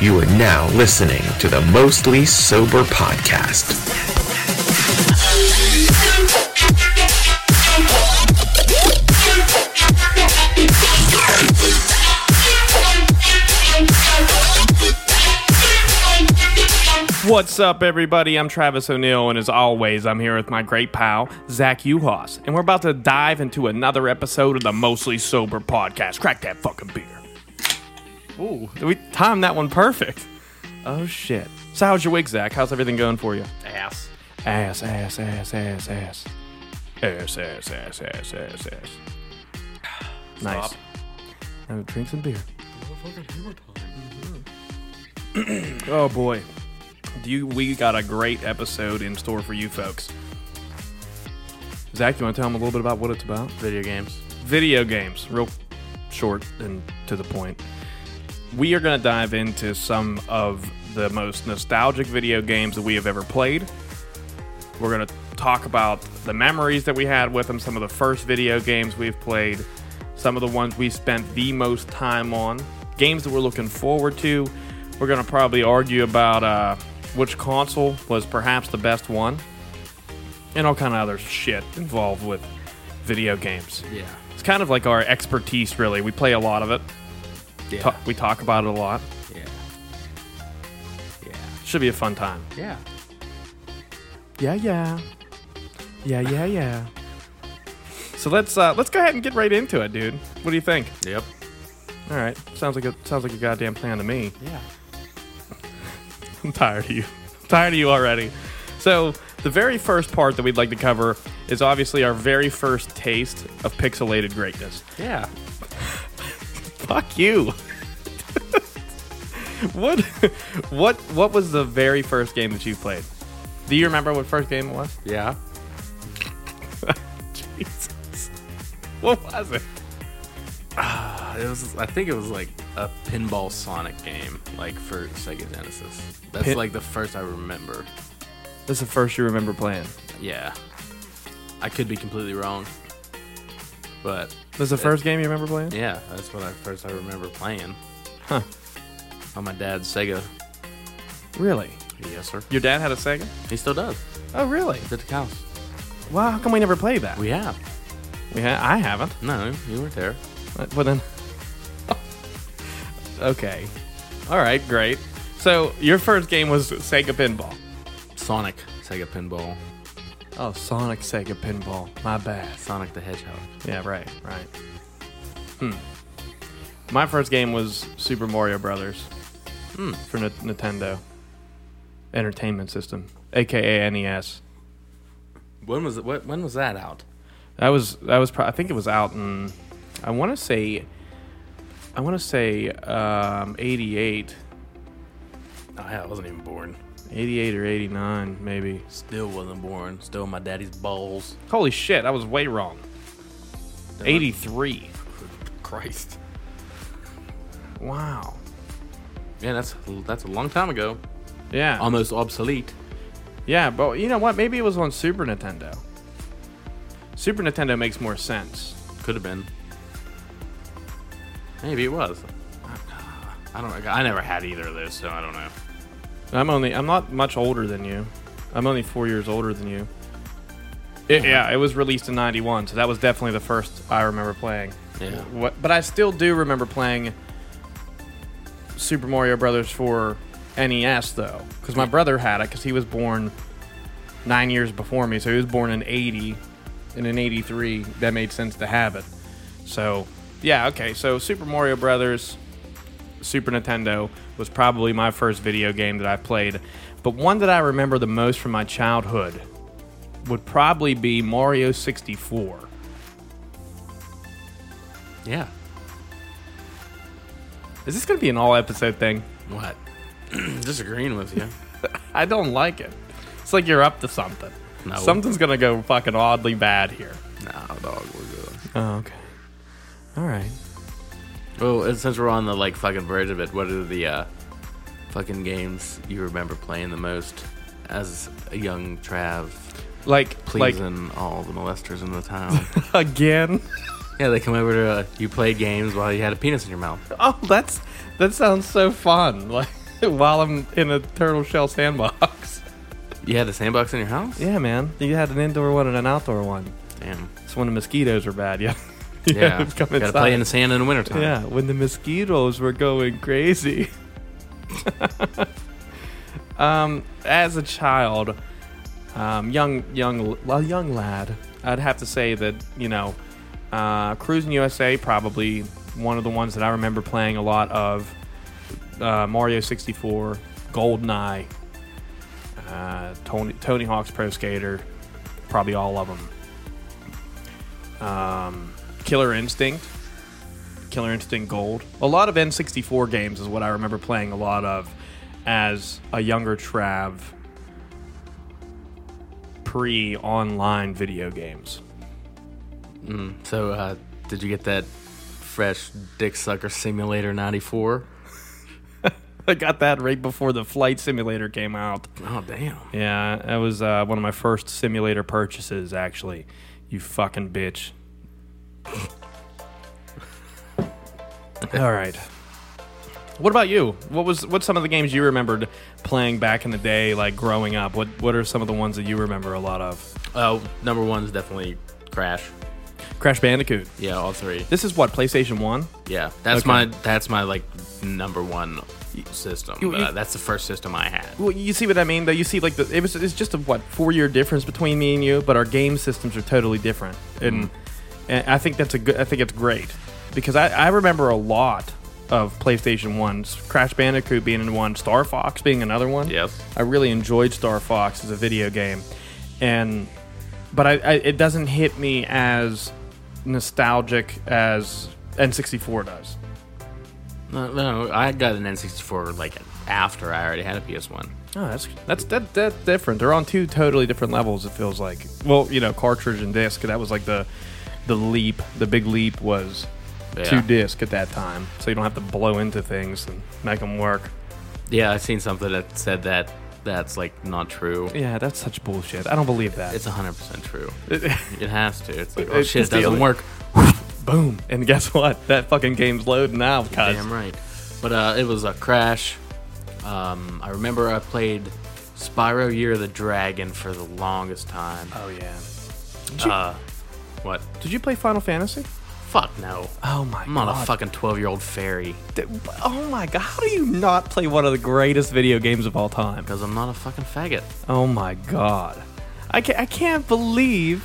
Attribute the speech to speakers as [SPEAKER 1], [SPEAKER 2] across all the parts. [SPEAKER 1] You are now listening to the Mostly Sober Podcast.
[SPEAKER 2] What's up, everybody? I'm Travis O'Neill, and as always, I'm here with my great pal, Zach Uhas, and we're about to dive into another episode of the Mostly Sober podcast. Crack that fucking beer. Ooh, did we timed that one perfect. Oh, shit. So, how's your week, Zach? How's everything going for you?
[SPEAKER 3] ass.
[SPEAKER 2] Ass, ass, ass, ass, ass. Ass, ass, ass, ass, ass, ass. Nice.
[SPEAKER 3] Stop.
[SPEAKER 2] Now drink some beer. oh boy. Do you, we got a great episode in store for you folks. Zach, you want to tell them a little bit about what it's about?
[SPEAKER 3] Video games.
[SPEAKER 2] video games, real short and to the point. We are going to dive into some of the most nostalgic video games that we have ever played. We're going to talk about the memories that we had with them, some of the first video games we've played, some of the ones we spent the most time on, games that we're looking forward to. We're going to probably argue about uh, which console was perhaps the best one, and all kind of other shit involved with video games.
[SPEAKER 3] Yeah.
[SPEAKER 2] It's kind of like our expertise, really. We play a lot of it.
[SPEAKER 3] Yeah.
[SPEAKER 2] Ta- We talk about it a lot.
[SPEAKER 3] yeah. Yeah.
[SPEAKER 2] Should be a fun time.
[SPEAKER 3] Yeah.
[SPEAKER 2] Yeah, yeah, yeah, yeah, yeah. so let's uh, let's go ahead and get right into it, dude. What do you think?
[SPEAKER 3] Yep.
[SPEAKER 2] All right, sounds like a sounds like a goddamn plan to me.
[SPEAKER 3] Yeah.
[SPEAKER 2] I'm tired of you. I'm tired of you already. So, the very first part that we'd like to cover is obviously our very first taste of pixelated greatness.
[SPEAKER 3] Yeah.
[SPEAKER 2] Fuck you. what what what was the very first game that you played? Do you remember what first game it was?
[SPEAKER 3] Yeah.
[SPEAKER 2] Jesus. What was it?
[SPEAKER 3] It was. I think it was like a pinball Sonic game, like for Sega Genesis. That's
[SPEAKER 2] Pin-
[SPEAKER 3] like the first I remember.
[SPEAKER 2] That's the first you remember playing.
[SPEAKER 3] Yeah. I could be completely wrong, but
[SPEAKER 2] That's the first game you remember playing?
[SPEAKER 3] yeah, that's what I first I remember playing
[SPEAKER 2] Huh.
[SPEAKER 3] on my dad's Sega.
[SPEAKER 2] Really?
[SPEAKER 3] Yes, sir.
[SPEAKER 2] Your dad had a Sega?
[SPEAKER 3] He still does.
[SPEAKER 2] Oh really?
[SPEAKER 3] It's at the house.
[SPEAKER 2] Wow, how come we never played that?
[SPEAKER 3] We have.
[SPEAKER 2] We ha- I haven't.
[SPEAKER 3] No, you weren't there.
[SPEAKER 2] Uh, But then oh. Okay. Alright, great. So your first game was Sega Pinball.
[SPEAKER 3] Sonic, Sega Pinball,
[SPEAKER 2] Oh, Sonic Sega Pinball. My bad.
[SPEAKER 3] Sonic the Hedgehog.
[SPEAKER 2] Yeah, right, right. Hmm. My first game was Super Mario Brothers Hmm. for N- Nintendo Entertainment System, aka NES.
[SPEAKER 3] When was it, what, when was that out?
[SPEAKER 2] That was that was pro- I think it was out in I want to say I want to say um, 88,
[SPEAKER 3] Oh, hell, I wasn't even born.
[SPEAKER 2] 88 or 89 maybe.
[SPEAKER 3] Still wasn't born. Still my daddy's balls.
[SPEAKER 2] Holy shit, I was way wrong. 83.
[SPEAKER 3] Christ.
[SPEAKER 2] Wow.
[SPEAKER 3] Yeah, that's that's a long time ago.
[SPEAKER 2] Yeah.
[SPEAKER 3] Almost obsolete.
[SPEAKER 2] Yeah, but you know what? Maybe it was on Super Nintendo. Super Nintendo makes more sense.
[SPEAKER 3] Could have been. Maybe it was. I don't. I never had either of those, so I don't know.
[SPEAKER 2] I'm only I'm not much older than you. I'm only four years older than you. It, yeah, it was released in '91, so that was definitely the first I remember playing.
[SPEAKER 3] Yeah.
[SPEAKER 2] What, but I still do remember playing Super Mario Brothers for NES though, because my brother had it because he was born nine years before me, so he was born in '80, and in '83 that made sense to have it. So yeah, okay, so Super Mario Brothers. Super Nintendo was probably my first video game that I played, but one that I remember the most from my childhood would probably be Mario 64.
[SPEAKER 3] Yeah.
[SPEAKER 2] Is this going to be an all episode thing?
[SPEAKER 3] What? Disagreeing with you.
[SPEAKER 2] I don't like it. It's like you're up to something.
[SPEAKER 3] No.
[SPEAKER 2] Something's going to go fucking oddly bad here.
[SPEAKER 3] nah, dog, we're good.
[SPEAKER 2] Oh, okay. All right.
[SPEAKER 3] Well, and since we're on the like fucking verge of it, what are the uh, fucking games you remember playing the most as a young Trav,
[SPEAKER 2] Like, like
[SPEAKER 3] pleasing all the molesters in the town?
[SPEAKER 2] again.
[SPEAKER 3] yeah, they come over to uh, you played games while you had a penis in your mouth.
[SPEAKER 2] Oh, that's that sounds so fun. Like while I'm in a turtle shell sandbox.
[SPEAKER 3] You had a sandbox in your house?
[SPEAKER 2] Yeah, man. You had an indoor one and an outdoor one.
[SPEAKER 3] Damn.
[SPEAKER 2] It's when the mosquitoes were bad. Yeah.
[SPEAKER 3] Yeah.
[SPEAKER 2] Come
[SPEAKER 3] Gotta
[SPEAKER 2] inside.
[SPEAKER 3] play in the sand in the wintertime.
[SPEAKER 2] Yeah, when the mosquitoes were going crazy. um, as a child, um, young young well, young lad, I'd have to say that you know, uh, Cruising USA probably one of the ones that I remember playing a lot of. Uh, Mario 64, GoldenEye, uh, Tony Tony Hawk's Pro Skater, probably all of them. Um, Killer Instinct, Killer Instinct Gold. A lot of N64 games is what I remember playing a lot of as a younger Trav pre online video games.
[SPEAKER 3] So, uh, did you get that fresh Dick Sucker Simulator 94?
[SPEAKER 2] I got that right before the Flight Simulator came out.
[SPEAKER 3] Oh, damn.
[SPEAKER 2] Yeah, that was uh, one of my first simulator purchases, actually. You fucking bitch. All right. What about you? What was what's some of the games you remembered playing back in the day, like growing up? What what are some of the ones that you remember a lot of?
[SPEAKER 3] Oh, number one's definitely Crash.
[SPEAKER 2] Crash Bandicoot.
[SPEAKER 3] Yeah, all three.
[SPEAKER 2] This is what PlayStation One.
[SPEAKER 3] Yeah, that's
[SPEAKER 2] Okay.
[SPEAKER 3] my that's my like number one system.
[SPEAKER 2] You- you-
[SPEAKER 3] uh, that's the first system I had.
[SPEAKER 2] Well, you see what I mean, though. You see, like the it was it's just a what four year difference between me and you, but our game systems are totally different, and and I think that's a good. I think it's great because I I remember a lot of PlayStation ones, Crash Bandicoot being in one, Star Fox being another one.
[SPEAKER 3] Yes.
[SPEAKER 2] I really enjoyed Star Fox as a video game, and but I, I it doesn't hit me as nostalgic as N64 does.
[SPEAKER 3] No, no, I got an N64 like after I already had a PS1.
[SPEAKER 2] Oh, that's that's that that's different. They're on two totally different levels. It feels like. Well, you know, cartridge and disc. That was like the the leap. The big leap was
[SPEAKER 3] Yeah.
[SPEAKER 2] two disc at that time, so you don't have to blow into things and make them work.
[SPEAKER 3] Yeah, I've seen something that said that that's like not true.
[SPEAKER 2] Yeah, that's such bullshit. I don't believe that.
[SPEAKER 3] It's 100% true. It has to. It's like, oh
[SPEAKER 2] It's
[SPEAKER 3] shit, it
[SPEAKER 2] the
[SPEAKER 3] doesn't
[SPEAKER 2] only-
[SPEAKER 3] work.
[SPEAKER 2] boom. And guess what? That fucking game's loading now, cuz.
[SPEAKER 3] Damn right. But uh, it was a crash. Um, I remember I played Spyro Year of the Dragon for the longest time.
[SPEAKER 2] Oh yeah.
[SPEAKER 3] Uh, what?
[SPEAKER 2] Did you play Final Fantasy?
[SPEAKER 3] Fuck no.
[SPEAKER 2] Oh my
[SPEAKER 3] I'm not a fucking 12 year old fairy.
[SPEAKER 2] Th- Oh my god. How do you not play one of the greatest video games of all time?
[SPEAKER 3] Because I'm not a fucking faggot.
[SPEAKER 2] Oh my god. I can't, I can't believe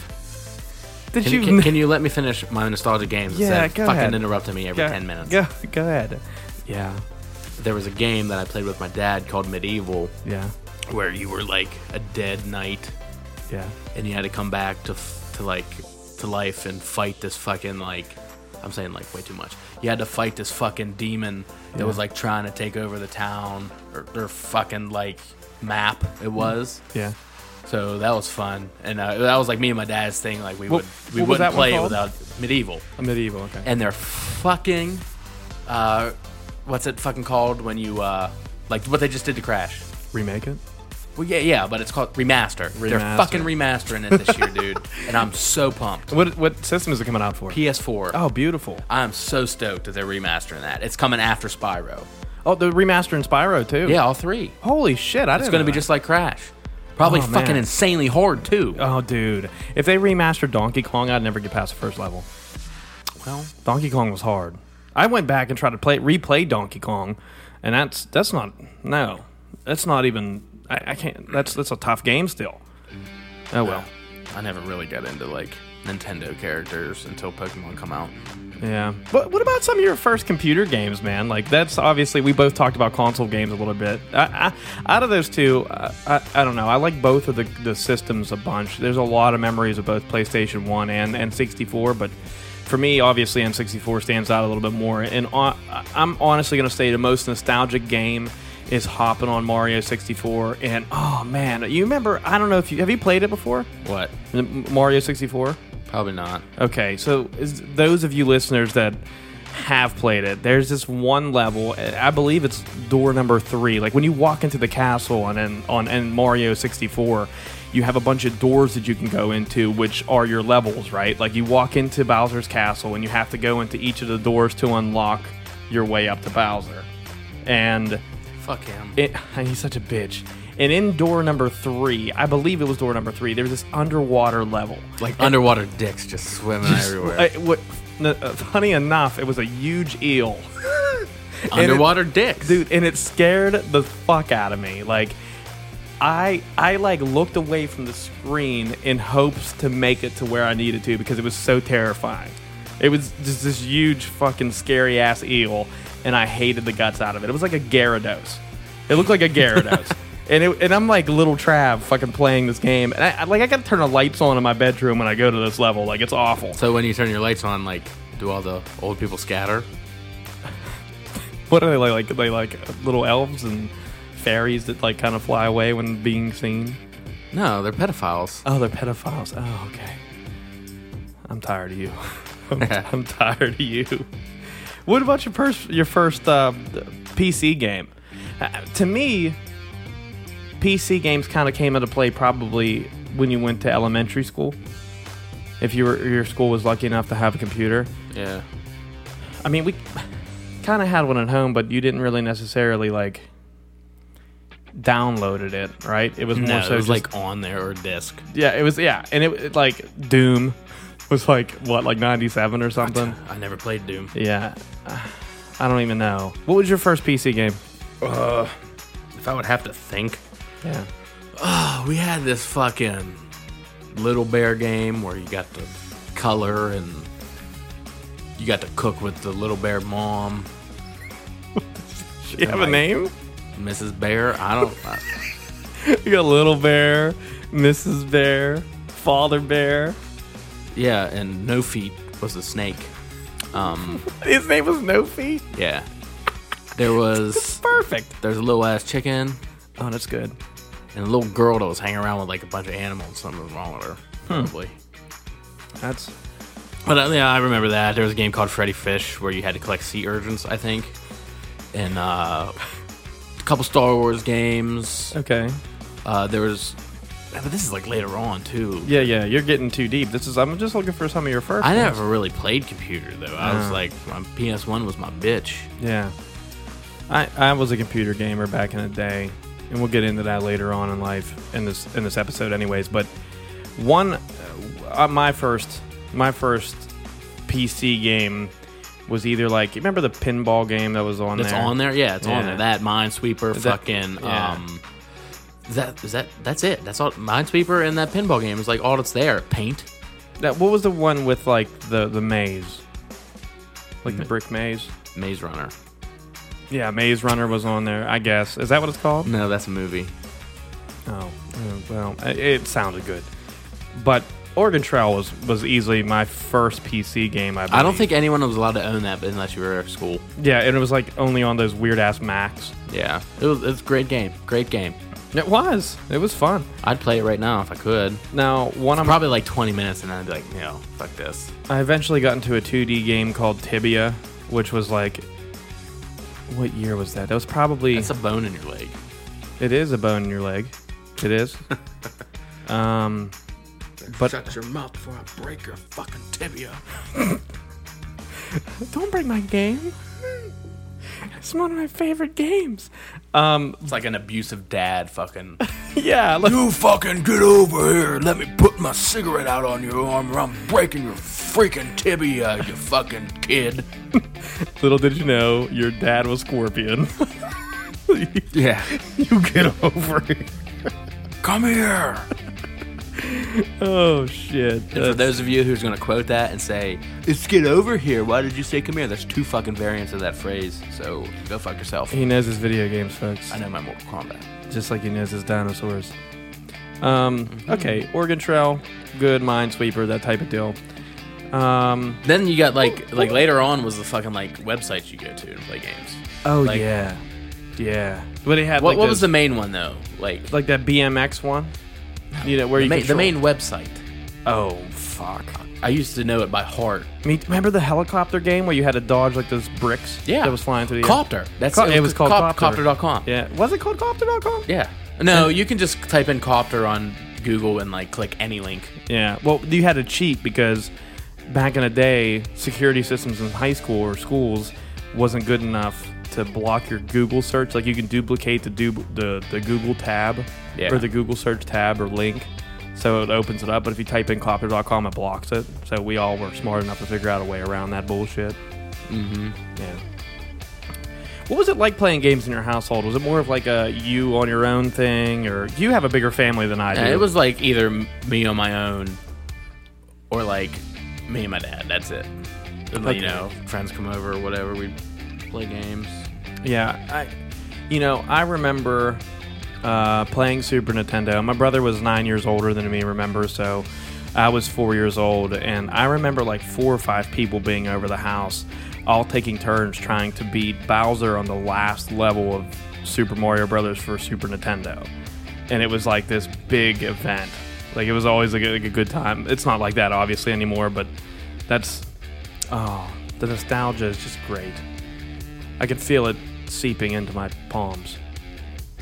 [SPEAKER 2] that
[SPEAKER 3] Can
[SPEAKER 2] you
[SPEAKER 3] you, can, can you let me finish my nostalgia games
[SPEAKER 2] Yeah,
[SPEAKER 3] instead of
[SPEAKER 2] go
[SPEAKER 3] fucking
[SPEAKER 2] ahead.
[SPEAKER 3] interrupting me every
[SPEAKER 2] go,
[SPEAKER 3] 10 minutes?
[SPEAKER 2] Go, go ahead. Yeah.
[SPEAKER 3] There was a game that I played with my dad called Medieval
[SPEAKER 2] Yeah.
[SPEAKER 3] where you were like a dead knight
[SPEAKER 2] Yeah.
[SPEAKER 3] and you had to come back to, f- to like to life and fight this fucking like I'm saying like way too much. You had to fight this fucking demon that was like trying to take over the town or, or fucking like map it was.
[SPEAKER 2] Yeah.
[SPEAKER 3] So that was fun, and uh, that was like me and my dad's thing. Like we
[SPEAKER 2] What-
[SPEAKER 3] would we
[SPEAKER 2] what was that one
[SPEAKER 3] wouldn't play it
[SPEAKER 2] called?
[SPEAKER 3] without medieval,
[SPEAKER 2] A medieval, okay.
[SPEAKER 3] and they're fucking, uh, what's it fucking called when you uh, like what they just did to Crash?
[SPEAKER 2] Remake it?
[SPEAKER 3] Well, yeah, yeah, but it's called remaster. They're
[SPEAKER 2] Remaster.
[SPEAKER 3] fucking remastering it this year, dude, and I'm so pumped.
[SPEAKER 2] What what system is it coming out for?
[SPEAKER 3] PS4.
[SPEAKER 2] oh, beautiful.
[SPEAKER 3] I'm so stoked that they're remastering that. It's coming after Spyro.
[SPEAKER 2] Oh, the remaster in Spyro too.
[SPEAKER 3] Yeah, all three.
[SPEAKER 2] Holy shit, I didn't
[SPEAKER 3] It's gonna
[SPEAKER 2] know
[SPEAKER 3] be
[SPEAKER 2] that.
[SPEAKER 3] just like Crash. Probably
[SPEAKER 2] Oh,
[SPEAKER 3] fucking
[SPEAKER 2] man.
[SPEAKER 3] insanely hard too.
[SPEAKER 2] Oh dude. If they remastered Donkey Kong, I'd never get past the first level.
[SPEAKER 3] well,
[SPEAKER 2] Donkey Kong was hard. I went back and tried to play replay Donkey Kong, and that's that's not no, that's not even I, I can't. That's that's a tough game still. Oh well,
[SPEAKER 3] I never really got into like Nintendo characters until Pokemon come out.
[SPEAKER 2] yeah. But what about some of your first computer games, man? Like that's obviously we both talked about console games a little bit. I, I, out of those two, I, I, I don't know. I like both of the, the systems a bunch. There's a lot of memories of both PlayStation One and and 64, but. For me, obviously, N64 stands out a little bit more, and on, I'm honestly going to say the most nostalgic game is hopping on Mario 64. And oh man, you remember? I don't know if you have you played it before,
[SPEAKER 3] What?
[SPEAKER 2] The M- Mario 64.
[SPEAKER 3] Probably not.
[SPEAKER 2] Okay, so is, those of you listeners that have played it, there's this one level. eh, I believe it's door number three. Like when you walk into the castle on on, on and Mario 64, you have a bunch of doors that you can go into, which are your levels, right? Like you walk into Bowser's castle and you have to go into each of the doors to unlock your way up to Bowser. And
[SPEAKER 3] Fuck him.
[SPEAKER 2] it, he's such a bitch. And in door number three, I believe it was door number three, there was this underwater level.
[SPEAKER 3] like underwater dicks just swimming everywhere.
[SPEAKER 2] I, what, no, uh, funny enough, it was a huge eel, and it-
[SPEAKER 3] underwater dicks.
[SPEAKER 2] dude, and it scared the fuck out of me. Like, I I like looked away from the screen in hopes to make it to where I needed to because it was so terrifying. It was just this huge fucking scary ass eel, and I hated the guts out of it. It was like a Gyarados. It looked like a Gyarados. And, it, and I'm like little Trav fucking playing this game. And I, I- like, I gotta turn the lights on in my bedroom when I go to this level. Like, it's awful.
[SPEAKER 3] So when you turn your lights on, like, do all the old people scatter?
[SPEAKER 2] What are they like? Like they like little elves and fairies that like kind of fly away when being seen.
[SPEAKER 3] No, they're pedophiles.
[SPEAKER 2] Oh, they're pedophiles. Oh, okay. I'm tired of you. I'm, I'm tired of you. What about your first your first uh, PC game? Uh, to me, PC games kind of came into play probably when you went to elementary school. If you were, your school was lucky enough to have a computer,
[SPEAKER 3] Yeah.
[SPEAKER 2] I mean, we kind of had one at home, but you didn't really necessarily like downloaded it, right? It was
[SPEAKER 3] No,
[SPEAKER 2] more so
[SPEAKER 3] it was
[SPEAKER 2] just-
[SPEAKER 3] like on there or disc.
[SPEAKER 2] yeah, it was yeah, and it, it like Doom was like what like ninety seven or something.
[SPEAKER 3] I never played Doom.
[SPEAKER 2] Yeah, I don't even know. What was your first PC game?
[SPEAKER 3] If I would have to think,
[SPEAKER 2] Yeah,
[SPEAKER 3] oh, we had this fucking little bear game where you got to color and you got to cook with the little bear mom,
[SPEAKER 2] you have a
[SPEAKER 3] Like-
[SPEAKER 2] name?
[SPEAKER 3] Mrs. Bear. I don't. I,
[SPEAKER 2] You got Little Bear, Mrs. Bear, Father Bear.
[SPEAKER 3] yeah, and No Feet was a snake. Um,
[SPEAKER 2] His name was No Feet.
[SPEAKER 3] yeah. There was
[SPEAKER 2] Perfect.
[SPEAKER 3] there's a little ass chicken
[SPEAKER 2] Oh, that's good.
[SPEAKER 3] and a little girl that was hanging around with like a bunch of animals. Something was wrong with her, probably.
[SPEAKER 2] That's
[SPEAKER 3] But uh, yeah, I remember that. There was a game called Freddy Fish where you had to collect sea urchins, I think, and uh, a couple Star Wars games.
[SPEAKER 2] okay.
[SPEAKER 3] Uh, there was, but this is like later on too.
[SPEAKER 2] Yeah, yeah. You're getting too deep. This is. I'm just looking for some of your first.
[SPEAKER 3] I
[SPEAKER 2] ones.
[SPEAKER 3] never really played computer though. I was
[SPEAKER 2] Uh.
[SPEAKER 3] like, um, my PS1 was my bitch.
[SPEAKER 2] Yeah. I, I was a computer gamer back in the day, and we'll get into that later on in life in this in this episode, anyways. But one, uh, my first my first PC game was either like you remember the pinball game that was on
[SPEAKER 3] That's
[SPEAKER 2] there?
[SPEAKER 3] on there. Yeah, it's on
[SPEAKER 2] Yeah.
[SPEAKER 3] there. That Minesweeper,
[SPEAKER 2] Is that-
[SPEAKER 3] fucking.
[SPEAKER 2] yeah.
[SPEAKER 3] Um, is that is that that's it. That's all. Minesweeper and that pinball game is like all that's there. Paint.
[SPEAKER 2] That what was the one with like the the maze, like the brick maze?
[SPEAKER 3] Maze Runner.
[SPEAKER 2] Yeah, Maze Runner was on there. I guess is that what it's called?
[SPEAKER 3] No, that's a movie.
[SPEAKER 2] Oh, mm, well, i- it sounded good, but Oregon Trail was was easily my first PC game. I believe.
[SPEAKER 3] I don't think anyone was allowed to own that unless you were at school.
[SPEAKER 2] Yeah, and it was like only on those weird ass Macs.
[SPEAKER 3] Yeah, it was it's a great game. Great game.
[SPEAKER 2] It was. It was fun.
[SPEAKER 3] I'd play it right now if I could.
[SPEAKER 2] Now, one of
[SPEAKER 3] Probably like 20 minutes, and I'd be like, no, fuck this.
[SPEAKER 2] I eventually got into a 2D game called Tibia, which was like, what year was that? That was probably.
[SPEAKER 3] It's a bone in your leg.
[SPEAKER 2] it is a bone in your leg. It is. um, but
[SPEAKER 3] your mouth before I break your fucking tibia.
[SPEAKER 2] don't break my game. It's one of my favorite games. Um,
[SPEAKER 3] It's like an abusive dad fucking.
[SPEAKER 2] yeah, like,
[SPEAKER 4] You fucking get over here. Let me put my cigarette out on your arm or I'm breaking your freaking tibia, you fucking kid.
[SPEAKER 2] Little did you know, your dad was Scorpion. yeah. You get over it.
[SPEAKER 4] Come here.
[SPEAKER 2] Oh, shit.
[SPEAKER 3] For those of you who's going to quote that and say, it's get over here, why did you say come here? There's two fucking variants of that phrase, so go fuck yourself.
[SPEAKER 2] he knows his video games, folks.
[SPEAKER 3] I know my Mortal Kombat.
[SPEAKER 2] Just like he knows his dinosaurs. Um,
[SPEAKER 3] Mm-hmm.
[SPEAKER 2] Okay, Oregon Trail, good Minesweeper, that type of deal. Um,
[SPEAKER 3] Then you got like, like later on was the fucking like websites you go to to play games.
[SPEAKER 2] oh,
[SPEAKER 3] Like-
[SPEAKER 2] yeah. Yeah. But he had
[SPEAKER 3] What,
[SPEAKER 2] like,
[SPEAKER 3] what
[SPEAKER 2] those-
[SPEAKER 3] was the main one though? Like,
[SPEAKER 2] like that BMX one? You know, where
[SPEAKER 3] the,
[SPEAKER 2] you
[SPEAKER 3] ma- the
[SPEAKER 2] control-
[SPEAKER 3] main website.
[SPEAKER 2] Oh, fuck.
[SPEAKER 3] I used to know it by heart.
[SPEAKER 2] I mean, remember the helicopter game where you had to dodge like those bricks that was flying through the air?
[SPEAKER 3] Copter. That's
[SPEAKER 2] Co- it was called Copter.
[SPEAKER 3] Copter.com.
[SPEAKER 2] Yeah. Was it called Copter.com?
[SPEAKER 3] Yeah. No, you can just type in Copter on Google and like click any link.
[SPEAKER 2] Yeah. Well, you had to cheat because back in the day, security systems in high school or schools wasn't good enough to block your Google search. Like you can duplicate the du- the, the Google tab
[SPEAKER 3] Yeah.
[SPEAKER 2] or the Google search tab or link. So it opens it up, but if you type in clopper.com, it blocks it. So we all were smart enough to figure out a way around that bullshit. Mm-hmm. Yeah. What was it like playing games in your household? Was it more of like a you on your own thing, or you have a bigger family than I do?
[SPEAKER 3] Yeah, it was like either m- me on my own or like me and my dad. That's it. And,
[SPEAKER 2] Okay.
[SPEAKER 3] You know, friends come over or whatever. We play games.
[SPEAKER 2] Yeah, I, you know, I remember uh, playing Super Nintendo. My brother was nine years older than me. Remember, so I was four years old, and I remember like four or five people being over the house, all taking turns trying to beat Bowser on the last level of Super Mario Brothers for Super Nintendo, and it was like this big event. Like it was always like a, like a good time. It's not like that obviously anymore, but that's oh, the nostalgia is just great. I can feel it seeping into my palms.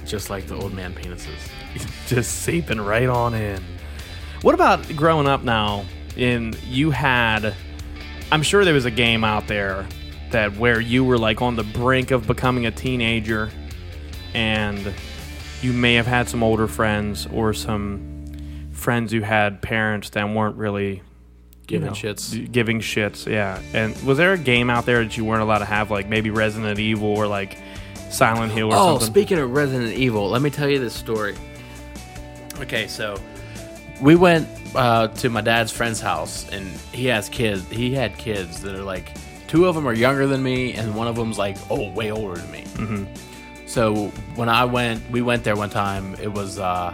[SPEAKER 3] Just like the old man penises.
[SPEAKER 2] Just seeping right on in. What about growing up now? In you had, I'm sure there was a game out there that where you were like on the brink of becoming a teenager, and you may have had some older friends or some friends who had parents that weren't really
[SPEAKER 3] Giving
[SPEAKER 2] know,
[SPEAKER 3] shits.
[SPEAKER 2] d- giving shits, yeah. And was there a game out there that you weren't allowed to have, like maybe Resident Evil or like Silent Hill or
[SPEAKER 3] Oh,
[SPEAKER 2] something?
[SPEAKER 3] speaking of Resident Evil, let me tell you this story. Okay, so we went uh, to my dad's friend's house, and he has kids. He had kids that are like two of them are younger than me, and one of them's like oh way older than me. Mm-hmm. So when I went, we went there one time. It was uh,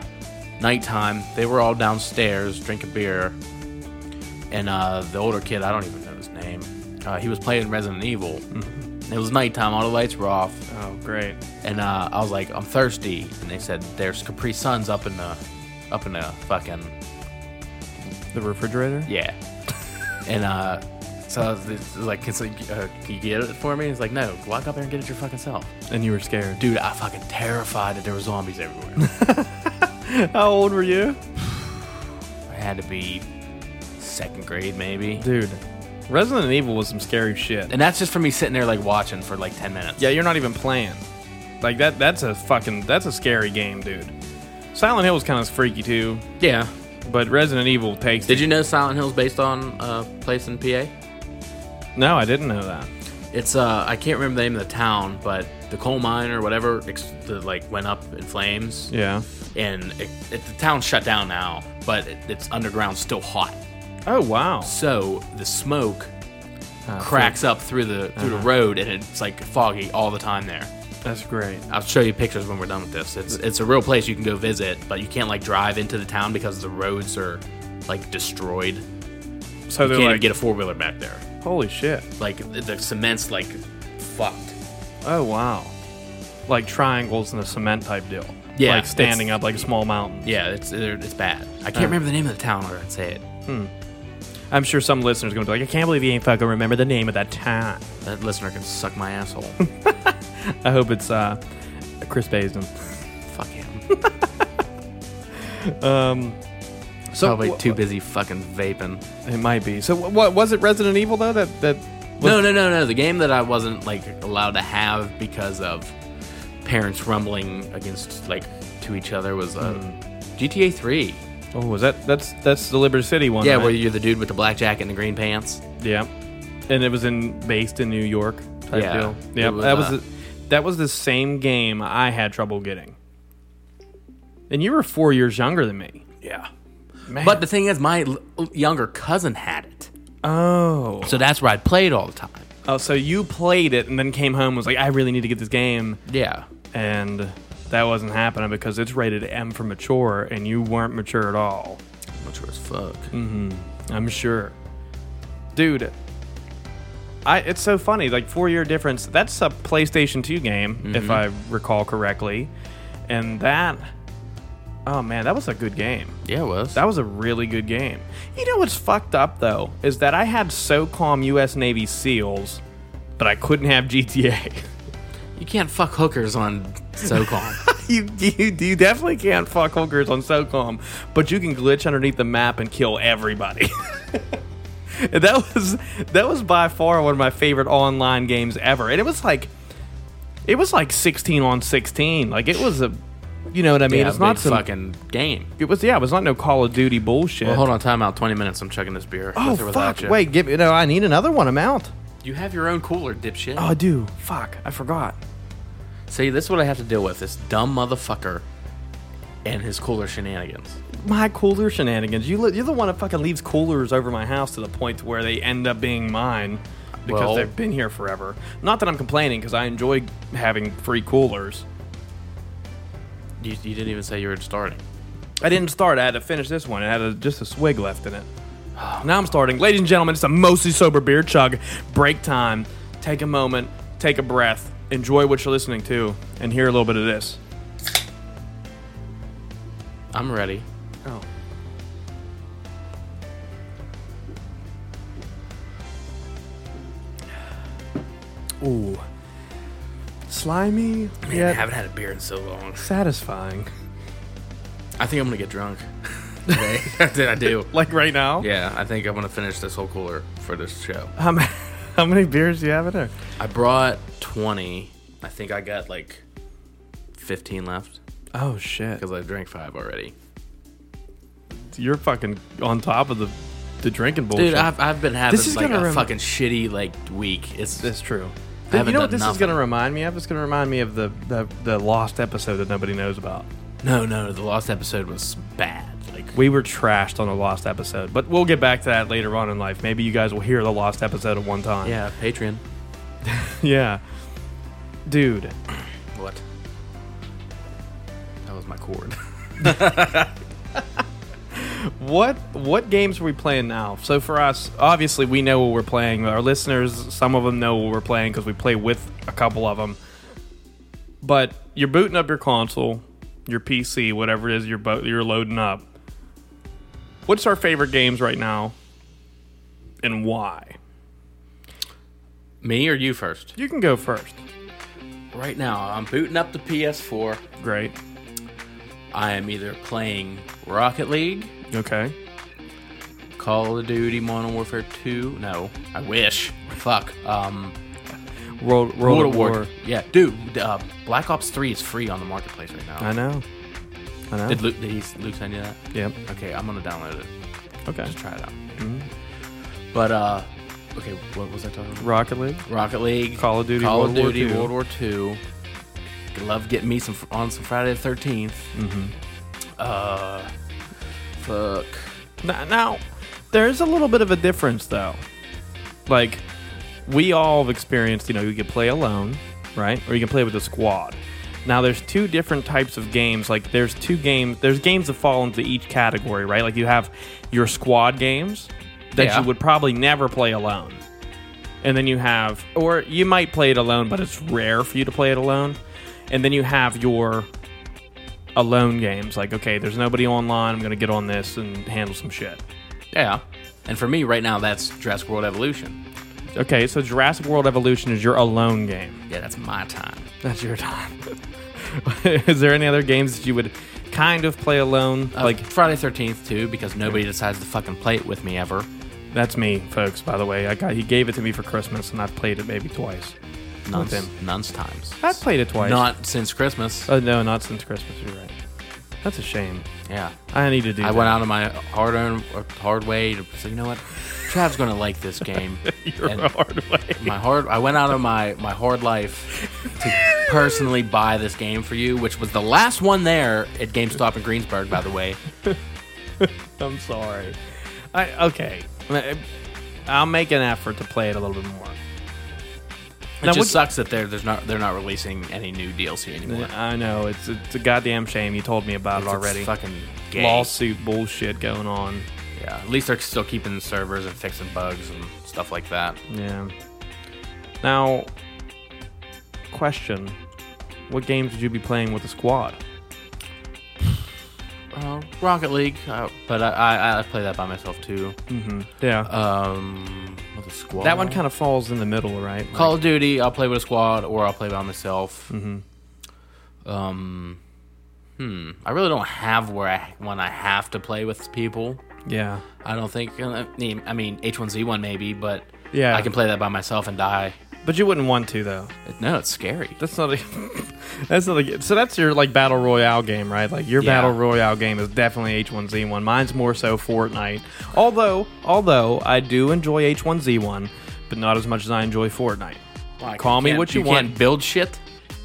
[SPEAKER 3] nighttime. They were all downstairs drinking beer, and uh, the older kid, I don't even know his name. Uh, he was playing Resident Evil.
[SPEAKER 2] Mm-hmm.
[SPEAKER 3] It was nighttime. All the lights were off.
[SPEAKER 2] Oh, great.
[SPEAKER 3] And uh, I was like, I'm thirsty. And they said, There's Capri Suns up in the, up in the fucking
[SPEAKER 2] The refrigerator?
[SPEAKER 3] yeah. and uh, so I was it's like, can, some- uh, can you get it for me? He's like, No, walk up there and get it your fucking self,
[SPEAKER 2] And you were scared.
[SPEAKER 3] dude. I fucking terrified that there were zombies everywhere.
[SPEAKER 2] How old were you?
[SPEAKER 3] I had to be second grade maybe.
[SPEAKER 2] Dude, Resident Evil was some scary shit.
[SPEAKER 3] And that's just for me sitting there like watching for like ten minutes.
[SPEAKER 2] Yeah, you're not even playing. Like that that's a fucking that's a scary game, dude. Silent Hill was kind of freaky too,
[SPEAKER 3] Yeah.
[SPEAKER 2] but Resident Evil takes
[SPEAKER 3] Did you know Silent Hill's based on a place in PA?
[SPEAKER 2] No, I didn't know that.
[SPEAKER 3] It's uh, I can't remember the name of the town, but the coal mine or whatever, ex- the, like went up in flames,
[SPEAKER 2] Yeah.
[SPEAKER 3] and it, it, the town's shut down now. But it, it's underground, still hot.
[SPEAKER 2] Oh, wow.
[SPEAKER 3] So the smoke cracks up through the through the road, and it's like foggy all the time there.
[SPEAKER 2] That's great.
[SPEAKER 3] I'll show you pictures when we're done with this. It's it's a real place you can go visit, but you can't like drive into the town because the roads are like destroyed. You
[SPEAKER 2] So they're
[SPEAKER 3] can't even
[SPEAKER 2] like,
[SPEAKER 3] get a four wheeler back there.
[SPEAKER 2] holy shit.
[SPEAKER 3] Like the, the cement's like fucked.
[SPEAKER 2] Oh, wow. Like triangles in a cement type deal.
[SPEAKER 3] Yeah,
[SPEAKER 2] Like standing
[SPEAKER 3] it's-
[SPEAKER 2] up like a small mountain.
[SPEAKER 3] Yeah, it's they're- it's bad. I can't remember the name of the town or I'd say it.
[SPEAKER 2] I'm sure some listeners going to be like, I can't believe you ain't fucking remember the name of that town.
[SPEAKER 3] That listener can suck my asshole.
[SPEAKER 2] I hope it's uh, Chris Basin.
[SPEAKER 3] Fuck him.
[SPEAKER 2] So
[SPEAKER 3] Probably
[SPEAKER 2] wh-
[SPEAKER 3] too busy fucking vaping.
[SPEAKER 2] It might be. So wh- what was it? Resident Evil though that that
[SPEAKER 3] No, no, no, no. The game that I wasn't like allowed to have because of parents rumbling against like to each other was uh, GTA Three.
[SPEAKER 2] oh was that that's that's the Liberty City one.
[SPEAKER 3] Yeah,
[SPEAKER 2] right?
[SPEAKER 3] where you're the dude with the black jacket and the green pants.
[SPEAKER 2] yeah, and it was in based in New York type
[SPEAKER 3] Yeah.
[SPEAKER 2] deal.
[SPEAKER 3] It
[SPEAKER 2] Yeah,
[SPEAKER 3] was,
[SPEAKER 2] that was
[SPEAKER 3] uh,
[SPEAKER 2] the, that was the same game I had trouble getting. And you were four years younger than me.
[SPEAKER 3] Yeah. But the thing is, my l- younger cousin had it,
[SPEAKER 2] Oh,
[SPEAKER 3] so that's where I played all the time.
[SPEAKER 2] oh, so you played it and then came home and was like, I really need to get this game,
[SPEAKER 3] Yeah.
[SPEAKER 2] and that wasn't happening because it's rated M for mature, and you weren't mature at all.
[SPEAKER 3] Which was fuck.
[SPEAKER 2] I'm sure. Dude, I it's so funny, like 4-year difference. That's a PlayStation 2 game if I recall correctly. And that Oh man, that was a good game.
[SPEAKER 3] Yeah, it was.
[SPEAKER 2] That was a really good game. You know what's fucked up though is that I had SOCOM US Navy SEALs, but I couldn't have GTA.
[SPEAKER 3] you can't fuck hookers on SoCon.
[SPEAKER 2] you, you you definitely can't fuck hookers on SOCOM, but you can glitch underneath the map and kill everybody. And that was that was by far one of my favorite online games ever, and it was like It was like 16 on 16. Like it was a, you know what I mean?
[SPEAKER 3] yeah,
[SPEAKER 2] it's not
[SPEAKER 3] big
[SPEAKER 2] some.
[SPEAKER 3] fucking game.
[SPEAKER 2] It was yeah. It was not no Call of Duty bullshit.
[SPEAKER 3] Well, hold on, time out. Twenty minutes. I'm chugging this beer.
[SPEAKER 2] Oh
[SPEAKER 3] with or without
[SPEAKER 2] fuck!
[SPEAKER 3] you.
[SPEAKER 2] Wait, give you know I need another one. I'm out.
[SPEAKER 3] You have your own cooler, dipshit.
[SPEAKER 2] Oh, I do. Fuck! I forgot.
[SPEAKER 3] See, this is what I have to deal with. This dumb motherfucker and his cooler shenanigans.
[SPEAKER 2] My cooler shenanigans. You li- you're the one that fucking leaves coolers over my house to the point to where they end up being mine because
[SPEAKER 3] Well-
[SPEAKER 2] they've been here forever. Not that I'm complaining because I enjoy having free coolers.
[SPEAKER 3] You, you didn't even say you were starting.
[SPEAKER 2] I didn't start. I had to finish this one. It had a, just a swig left in it. Now I'm starting. Ladies and gentlemen, it's a mostly sober beer chug. Break time. Take a moment. Take a breath. Enjoy what you're listening to and hear a little bit of this.
[SPEAKER 3] I'm ready.
[SPEAKER 2] Oh. Ooh. Slimy
[SPEAKER 3] I
[SPEAKER 2] yet
[SPEAKER 3] haven't had a beer in so long.
[SPEAKER 2] satisfying.
[SPEAKER 3] I think I'm gonna get drunk. today. I do.
[SPEAKER 2] Like right now?
[SPEAKER 3] Yeah, I think I'm gonna finish this whole cooler for this show.
[SPEAKER 2] How, ma- how many beers do you have in there?
[SPEAKER 3] I brought 20. I think I got like 15 left
[SPEAKER 2] Oh, shit.
[SPEAKER 3] because I drank five already.
[SPEAKER 2] You're fucking on top of the, the drinking bullshit.
[SPEAKER 3] Dude, I've, I've been having
[SPEAKER 2] This is
[SPEAKER 3] like a
[SPEAKER 2] gonna rem-
[SPEAKER 3] fucking shitty like week. It's
[SPEAKER 2] That's true.
[SPEAKER 3] I haven't
[SPEAKER 2] you know what
[SPEAKER 3] done
[SPEAKER 2] this is
[SPEAKER 3] nothing.
[SPEAKER 2] going to remind me of? It's going to remind me of the, the, the lost episode that nobody knows about.
[SPEAKER 3] no, no. The last episode was bad. Like
[SPEAKER 2] We were trashed on the lost episode, but we'll get back to that later on in life. Maybe you guys will hear the lost episode at one time.
[SPEAKER 3] yeah, Patreon.
[SPEAKER 2] Yeah. Dude,
[SPEAKER 3] What? That was my cord.
[SPEAKER 2] what what games are we playing now? So for us, obviously we know what we're playing. Our listeners, some of them know what we're playing because we play with a couple of them. But you're booting up your console, your PC, whatever it is you're bo- you're loading up. What's our favorite games right now, and why?
[SPEAKER 3] Me or you first?
[SPEAKER 2] You can go first.
[SPEAKER 3] Right now, I'm booting up the PS4.
[SPEAKER 2] Great.
[SPEAKER 3] I am either playing Rocket League,
[SPEAKER 2] Okay.
[SPEAKER 3] Call of Duty, Modern Warfare 2. No, I wish. Fuck. Um,
[SPEAKER 2] World World,
[SPEAKER 3] World
[SPEAKER 2] at
[SPEAKER 3] of
[SPEAKER 2] War.
[SPEAKER 3] War. Yeah, dude. Uh, Black Ops 3 is free on the marketplace right now.
[SPEAKER 2] I know. I know.
[SPEAKER 3] Did Luke, did he, Luke send you that?
[SPEAKER 2] yep.
[SPEAKER 3] Okay, I'm gonna download it.
[SPEAKER 2] Okay.
[SPEAKER 3] Just try it out. But uh, okay, what was I talking about?
[SPEAKER 2] Rocket League.
[SPEAKER 3] Rocket League,
[SPEAKER 2] Call of Duty,
[SPEAKER 3] Call
[SPEAKER 2] World
[SPEAKER 3] of
[SPEAKER 2] War
[SPEAKER 3] Duty,
[SPEAKER 2] II.
[SPEAKER 3] World War Two. Love getting me some on some Friday the 13th
[SPEAKER 2] Mm-hmm.
[SPEAKER 3] Uh, fuck.
[SPEAKER 2] Now, now, there's a little bit of a difference, though. Like, we all have experienced, you know, you can play alone, right? Or you can play with a squad. Now, there's two different types of games. Like, there's two games, there's games that fall into each category, right? Like, you have your squad games that
[SPEAKER 3] Yeah.
[SPEAKER 2] you would probably never play alone. And then you have, or you might play it alone, but it's rare for you to play it alone. And then you have your alone games. Like, okay, there's nobody online. I'm going to get on this and handle some shit.
[SPEAKER 3] Yeah. And for me right now, that's Jurassic World Evolution.
[SPEAKER 2] Okay, so Jurassic World Evolution is your alone game.
[SPEAKER 3] Yeah, that's my time.
[SPEAKER 2] That's your time. is there any other games that you would kind of play alone?
[SPEAKER 3] Uh,
[SPEAKER 2] like,
[SPEAKER 3] Friday Thirteenth too, because nobody decides to fucking play it with me ever.
[SPEAKER 2] that's me, folks, by the way. I got, he gave it to me for Christmas, and I've played it maybe twice.
[SPEAKER 3] Nuns,
[SPEAKER 2] him.
[SPEAKER 3] nuns times.
[SPEAKER 2] I've played it twice.
[SPEAKER 3] Not since Christmas.
[SPEAKER 2] Oh, no, not since Christmas. You're right. That's a shame.
[SPEAKER 3] Yeah.
[SPEAKER 2] I need to do
[SPEAKER 3] I
[SPEAKER 2] that.
[SPEAKER 3] went out of my hard earned hard way to say, you know what? Trav's gonna like this game.
[SPEAKER 2] your
[SPEAKER 3] and-
[SPEAKER 2] hard way.
[SPEAKER 3] my hard I went out of my, my hard life to personally buy this game for you, which was the last one there at GameStop in Greensburg, by the way.
[SPEAKER 2] I'm sorry. I okay. I- I'll make an effort to play it a little bit more.
[SPEAKER 3] It
[SPEAKER 2] Now,
[SPEAKER 3] just
[SPEAKER 2] would-
[SPEAKER 3] sucks that they're there's not they're not releasing any new DLC anymore.
[SPEAKER 2] I know it's it's a goddamn shame. You told me about it
[SPEAKER 3] It's- it's
[SPEAKER 2] already.
[SPEAKER 3] fucking gay.
[SPEAKER 2] Lawsuit bullshit going on.
[SPEAKER 3] Yeah. At least they're still keeping the servers and fixing bugs and stuff like that.
[SPEAKER 2] Yeah. Now, question: What games would you be playing with the squad? Oh.
[SPEAKER 3] Uh, Rocket League, uh, but I, I I play that by myself too.
[SPEAKER 2] Yeah,
[SPEAKER 3] Um, with a squad.
[SPEAKER 2] Mm. that one kind of falls in the middle, right?
[SPEAKER 3] Call of Duty, I'll play with a squad or I'll play by myself. Mm-hmm. Um, hmm. I really don't have where I when I have to play with people.
[SPEAKER 2] Like, yeah,
[SPEAKER 3] Uh, I don't think. I mean, I mean H one Z one maybe, but
[SPEAKER 2] Yeah.
[SPEAKER 3] I can play that by myself and die.
[SPEAKER 2] But you wouldn't want to though.
[SPEAKER 3] No, it's scary.
[SPEAKER 2] That's not a. that's not a. So that's your like battle royale game, right? Like your
[SPEAKER 3] Yeah.
[SPEAKER 2] battle royale game is definitely H one Z one. Mine's more so Fortnite. Although, although I do enjoy H one Z one, but not as much as I enjoy Fortnite. Call me
[SPEAKER 3] can't-
[SPEAKER 2] what you,
[SPEAKER 3] Can't
[SPEAKER 2] want.
[SPEAKER 3] build shit.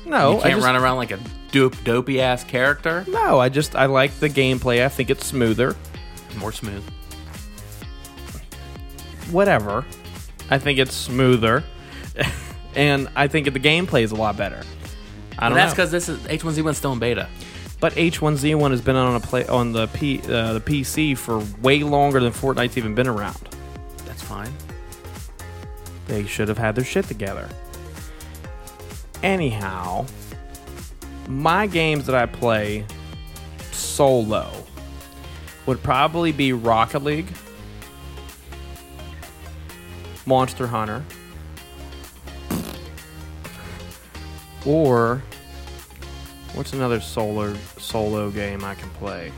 [SPEAKER 2] No,
[SPEAKER 3] You
[SPEAKER 2] I
[SPEAKER 3] can't
[SPEAKER 2] just-
[SPEAKER 3] run around like a dope, dopey ass character.
[SPEAKER 2] No, I just I like the gameplay. I think it's smoother.
[SPEAKER 3] More smooth.
[SPEAKER 2] Whatever. I think it's smoother, and I think the gameplay is a lot better. I don't
[SPEAKER 3] And that's
[SPEAKER 2] know.
[SPEAKER 3] because this is H1Z1's still in beta.
[SPEAKER 2] But H1Z1 has been on a play on the P, uh, the PC for way longer than Fortnite's even been around.
[SPEAKER 3] That's fine.
[SPEAKER 2] They should have had their shit together. Anyhow, my games that I play solo would probably be Rocket League, Monster Hunter, or what's another solo solo game I can play?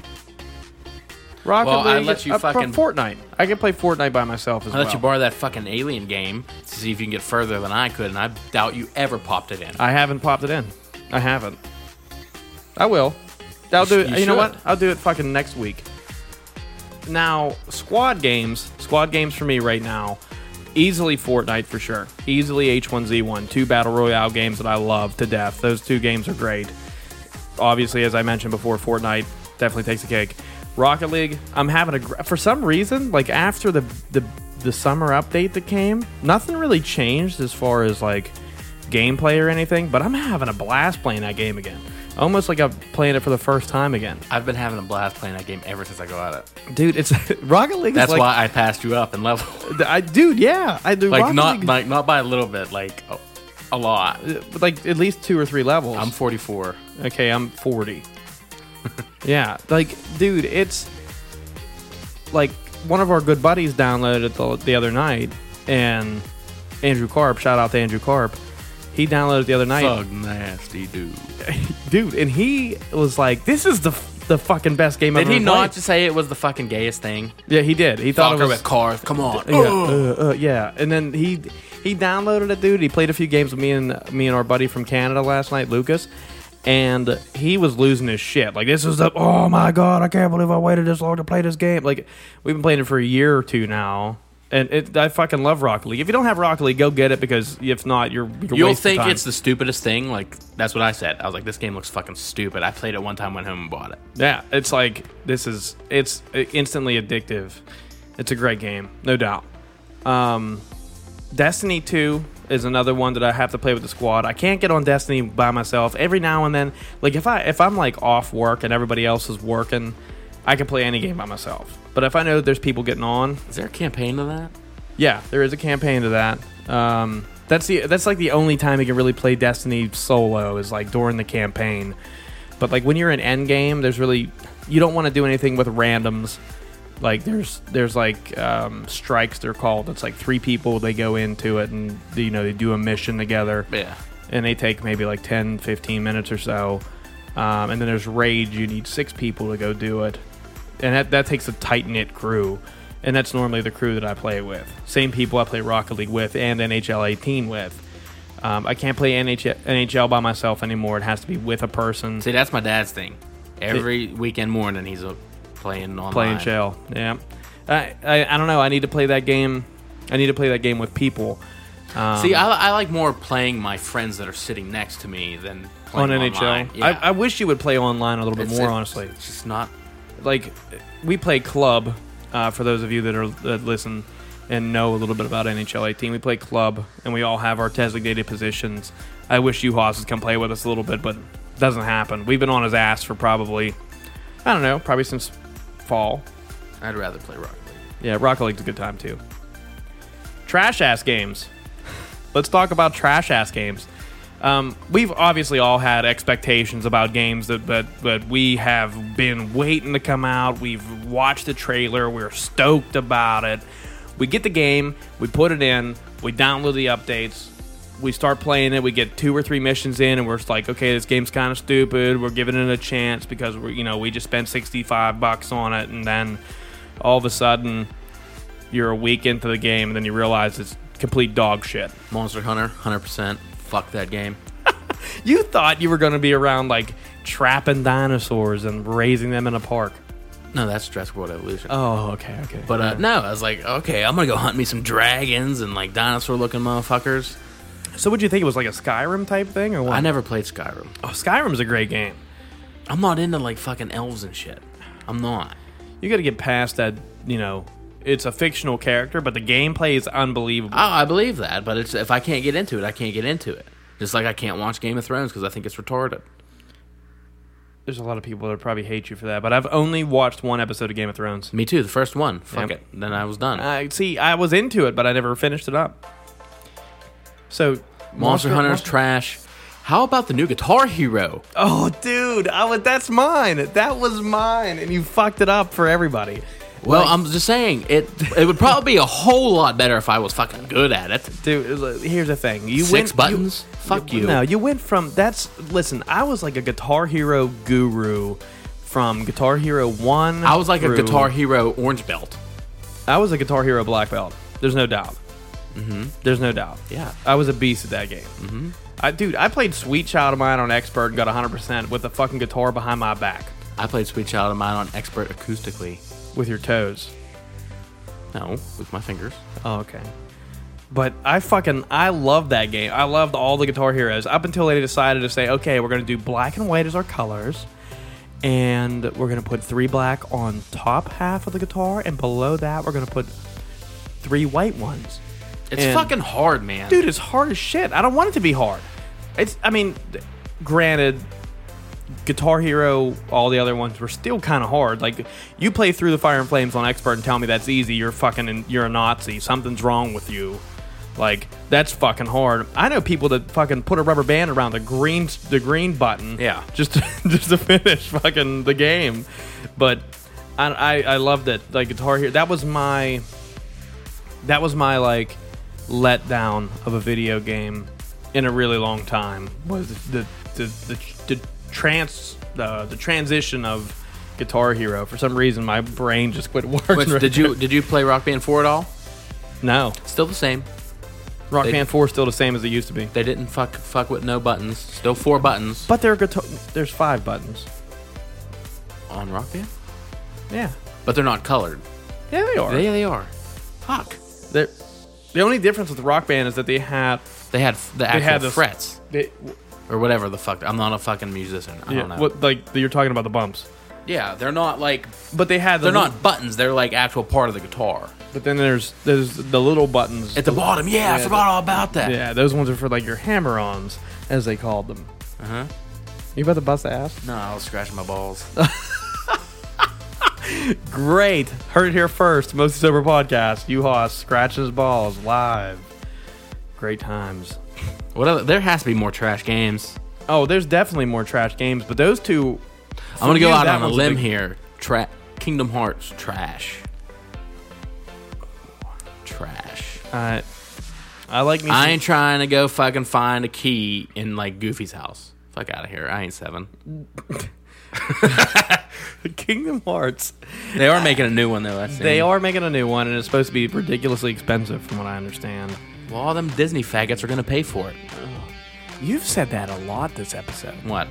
[SPEAKER 2] Rocket
[SPEAKER 3] Well,
[SPEAKER 2] League,
[SPEAKER 3] I let you
[SPEAKER 2] uh, pro-
[SPEAKER 3] fucking-
[SPEAKER 2] Fortnite. I can play Fortnite by myself as
[SPEAKER 3] I let
[SPEAKER 2] well.
[SPEAKER 3] you borrow that fucking alien game to see if you can get further than I could, and I doubt you ever popped it in.
[SPEAKER 2] I haven't popped it in. I haven't. I will. I'll do it.
[SPEAKER 3] sh-
[SPEAKER 2] You,
[SPEAKER 3] you
[SPEAKER 2] know
[SPEAKER 3] should.
[SPEAKER 2] what? I'll do it fucking next week. Now, squad games, squad games for me right now, easily Fortnite for sure. Easily H1Z1, two battle royale games that I love to death. Those two games are great. Obviously, as I mentioned before, Fortnite definitely takes the cake. Rocket League, I'm having a gr- for some reason like after the the the summer update that came, nothing really changed as far as like gameplay or anything, but I'm having a blast playing that game again. Almost like I'm playing it for the first time again.
[SPEAKER 3] I've been having a blast playing that game ever since I got it.
[SPEAKER 2] Dude, it's Rocket League
[SPEAKER 3] That's
[SPEAKER 2] is like
[SPEAKER 3] why I passed you up in level.
[SPEAKER 2] I dude, yeah, I do
[SPEAKER 3] like
[SPEAKER 2] Rocket
[SPEAKER 3] not
[SPEAKER 2] League-
[SPEAKER 3] like not by a little bit, like a, a lot.
[SPEAKER 2] but, like at least two or three levels.
[SPEAKER 3] I'm 44.
[SPEAKER 2] okay, I'm 40. yeah, like dude, it's like one of our good buddies downloaded it the, the other night, and Andrew Carp, shout out to Andrew Carp, he downloaded it the other night,
[SPEAKER 3] Thug nasty dude.
[SPEAKER 2] dude, and he was like, "This is the the fucking best game
[SPEAKER 3] Did
[SPEAKER 2] I've
[SPEAKER 3] he
[SPEAKER 2] ever
[SPEAKER 3] not
[SPEAKER 2] played."
[SPEAKER 3] just say it was the fucking gayest thing?
[SPEAKER 2] Yeah, he did. He thought it was
[SPEAKER 3] Fucker with cars. Come on. Oh,
[SPEAKER 2] Yeah, uh, uh, yeah. And then he he downloaded it, dude. He played a few games with me and me and our buddy from Canada last night, Lucas. And he was losing his shit. Like this is the oh my god, I can't believe I waited this long to play this game. Like we've been playing it for a year or two now. And it, I fucking love Rocket League. If you don't have Rocket League, go get it because if not, you're, you're
[SPEAKER 3] You'll
[SPEAKER 2] wasting
[SPEAKER 3] think
[SPEAKER 2] time.
[SPEAKER 3] it's the stupidest thing. Like that's what I said. I was like, this game looks fucking stupid. I played it one time, went home and bought it.
[SPEAKER 2] Yeah, it's like this is it's instantly addictive. It's a great game, no doubt. Um, Destiny Two is another one that I have to play with the squad. I can't get on Destiny by myself. Every now and then, like if I if I'm like off work and everybody else is working, I can play any game by myself. But if I know there's people getting on,
[SPEAKER 3] Is there a campaign to that?
[SPEAKER 2] yeah, there is a campaign to that. Um, that's the that's like the only time you can really play Destiny solo is like during the campaign. But like when you're in endgame, there's really you don't want to do anything with randoms. Like there's there's like um, strikes they're called. It's like three people they go into it and you know they do a mission together
[SPEAKER 3] Yeah.
[SPEAKER 2] and they take maybe like 10 15 minutes or so um, and then there's raid you need six people to go do it and that, that takes a tight-knit crew and that's normally the crew that i play with same people i play rocket league with and nhl 18 with um, i can't play NHL, nhl by myself anymore it has to be with a person
[SPEAKER 3] See, that's my dad's thing. Every weekend morning, he's uh, playing online.
[SPEAKER 2] playing shell yeah I, I, I don't know i need to play that game i need to play that game with people
[SPEAKER 3] See,
[SPEAKER 2] Um,
[SPEAKER 3] I, I like more playing my friends that are sitting next to me than
[SPEAKER 2] on
[SPEAKER 3] playing
[SPEAKER 2] nhl
[SPEAKER 3] online. Yeah.
[SPEAKER 2] I, I wish you would play online a little bit
[SPEAKER 3] It's-
[SPEAKER 2] more
[SPEAKER 3] it's-
[SPEAKER 2] honestly
[SPEAKER 3] it's just not.
[SPEAKER 2] like we play club uh, for those of you that are that listen and know a little bit about NHL 18. We play club and we all have our designated positions. I wish you Haas would come play with us a little bit, but it doesn't happen. We've been on his ass for probably I don't know, probably since fall.
[SPEAKER 3] I'd rather play Rocket League.
[SPEAKER 2] Yeah, Rocket League's a good time too. Trash ass games. Let's talk about trash ass games. Um, we've obviously all had expectations about games that, but but we have been waiting to come out. We've watched the trailer. We're stoked about it. We get the game. We put it in. We download the updates. We start playing it. We get two or three missions in, and we're just like, okay, this game's kind of stupid. We're giving it a chance because we, are you know, we just spent sixty five bucks on it, and then all of a sudden you're a week into the game and then you realize it's complete dog shit.
[SPEAKER 3] Monster Hunter, hundred percent. Fuck that game.
[SPEAKER 2] You thought you were going to be around like trapping dinosaurs and raising them in a park.
[SPEAKER 3] No, that's Jurassic World Evolution.
[SPEAKER 2] Oh, okay, okay.
[SPEAKER 3] But uh, no, I was like, okay, I'm gonna go hunt me some dragons and like dinosaur looking motherfuckers.
[SPEAKER 2] so, would you think it was like a Skyrim type thing, or what?
[SPEAKER 3] I never played Skyrim.
[SPEAKER 2] Oh, Skyrim's a great game.
[SPEAKER 3] I'm not into like fucking elves and shit. I'm not.
[SPEAKER 2] You got to get past that. You know, it's a fictional character, but the gameplay is unbelievable.
[SPEAKER 3] Oh, I believe that, but it's if I can't get into it, I can't get into it. Just like I can't watch Game of Thrones because I think it's retarded.
[SPEAKER 2] There's a lot of people that probably hate you for that, but I've only watched one episode of Game of Thrones.
[SPEAKER 3] Me too. The first one. Fuck
[SPEAKER 2] Yep.
[SPEAKER 3] it. Then I was done.
[SPEAKER 2] I see. I was into it, but I never finished it up. So,
[SPEAKER 3] Monster, Hunter's trash. How about the new Guitar Hero?
[SPEAKER 2] Oh, dude, I was, that's mine. That was mine, and you fucked it up for everybody.
[SPEAKER 3] Well, I'm just saying it. It would probably be a whole lot better if I was fucking good at it.
[SPEAKER 2] Dude, look, here's the thing. You
[SPEAKER 3] Six
[SPEAKER 2] went, you-
[SPEAKER 3] buttons? Fuck you.
[SPEAKER 2] No, you went from that's. Listen, I was like a Guitar Hero guru from Guitar Hero One.
[SPEAKER 3] I was like
[SPEAKER 2] through-
[SPEAKER 3] a Guitar Hero orange belt.
[SPEAKER 2] I was a Guitar Hero black belt. There's no doubt. Mm-hmm. There's no doubt.
[SPEAKER 3] Yeah.
[SPEAKER 2] I was a beast at that game. Mm-hmm. I, dude, I played Sweet Child of Mine on Expert and got 100% with the fucking guitar behind my back
[SPEAKER 3] I played Sweet Child of Mine on expert acoustically.
[SPEAKER 2] with your toes.
[SPEAKER 3] No, with my fingers.
[SPEAKER 2] Oh, okay. But I fucking I loved that game. I loved all the Guitar Heroes up until they decided to say, okay, we're gonna do black and white as our colors, and we're gonna put three black on top half of the guitar, and below that we're gonna put three white ones.
[SPEAKER 3] It's
[SPEAKER 2] And-
[SPEAKER 3] fucking hard, man.
[SPEAKER 2] Dude, it's hard as shit. I don't want it to be hard. It's I mean, th- granted. Guitar Hero, all the other ones were still kind of hard. Like you play through the Fire and Flames on expert and tell me that's easy, you're fucking in, you're a Nazi. Something's wrong with you. Like that's fucking hard. I know people that fucking put a rubber band around the green the green button.
[SPEAKER 3] Yeah.
[SPEAKER 2] just to, just to finish fucking the game. But I I, I loved it. Like Guitar Hero, that was my that was my like letdown of a video game in a really long time was the the the, the trans the, the transition of Guitar Hero. For some reason, my brain just quit working.
[SPEAKER 3] Which, did you did you play Rock Band 4 at all?
[SPEAKER 2] No,
[SPEAKER 3] Still the same.
[SPEAKER 2] Rock
[SPEAKER 3] They-
[SPEAKER 2] Band Four is still the same as it used to be.
[SPEAKER 3] They didn't fuck fuck with no buttons. Still four buttons
[SPEAKER 2] But there are guitar. There's five buttons.
[SPEAKER 3] on Rock Band,
[SPEAKER 2] Yeah,
[SPEAKER 3] but they're not colored.
[SPEAKER 2] yeah, they are.
[SPEAKER 3] Yeah, they are. Fuck.
[SPEAKER 2] They're- the only difference with Rock Band is that they had.
[SPEAKER 3] They had f- the actual
[SPEAKER 2] had the-
[SPEAKER 3] frets
[SPEAKER 2] They,
[SPEAKER 3] or whatever the fuck. I'm not a fucking musician. I don't know.
[SPEAKER 2] yeah, what, like you're talking about the bumps,
[SPEAKER 3] yeah, they're not like
[SPEAKER 2] but they had the
[SPEAKER 3] they're not buttons. They're like actual part of the guitar
[SPEAKER 2] But then there's there's the little buttons
[SPEAKER 3] at the bottom. Yeah, I forgot all about that.
[SPEAKER 2] Yeah, those ones are for like your hammer-ons, as they called them. Uh huh. You about to bust ass?
[SPEAKER 3] No, I was scratching my balls.
[SPEAKER 2] Great. Heard it here first. Mostly sober podcast. You hoss scratches balls live. Great times.
[SPEAKER 3] what other, there has to be more trash games.
[SPEAKER 2] Oh, there's definitely more trash games, but those two.
[SPEAKER 3] I'm gonna go
[SPEAKER 2] you,
[SPEAKER 3] out
[SPEAKER 2] that
[SPEAKER 3] on a
[SPEAKER 2] one's a
[SPEAKER 3] limb
[SPEAKER 2] big-
[SPEAKER 3] here. Tra- Kingdom Hearts trash. Trash.
[SPEAKER 2] Uh, I like me.
[SPEAKER 3] I
[SPEAKER 2] some-
[SPEAKER 3] ain't trying to go fucking find a key in like Goofy's house. Fuck out of here. I ain't seven.
[SPEAKER 2] Kingdom Hearts.
[SPEAKER 3] They are making a new one though. I see.
[SPEAKER 2] They are making a new one, and it's supposed to be ridiculously expensive, from what I understand.
[SPEAKER 3] Well, all them Disney faggots are gonna pay for it.
[SPEAKER 2] You've said that a lot this episode.
[SPEAKER 3] What?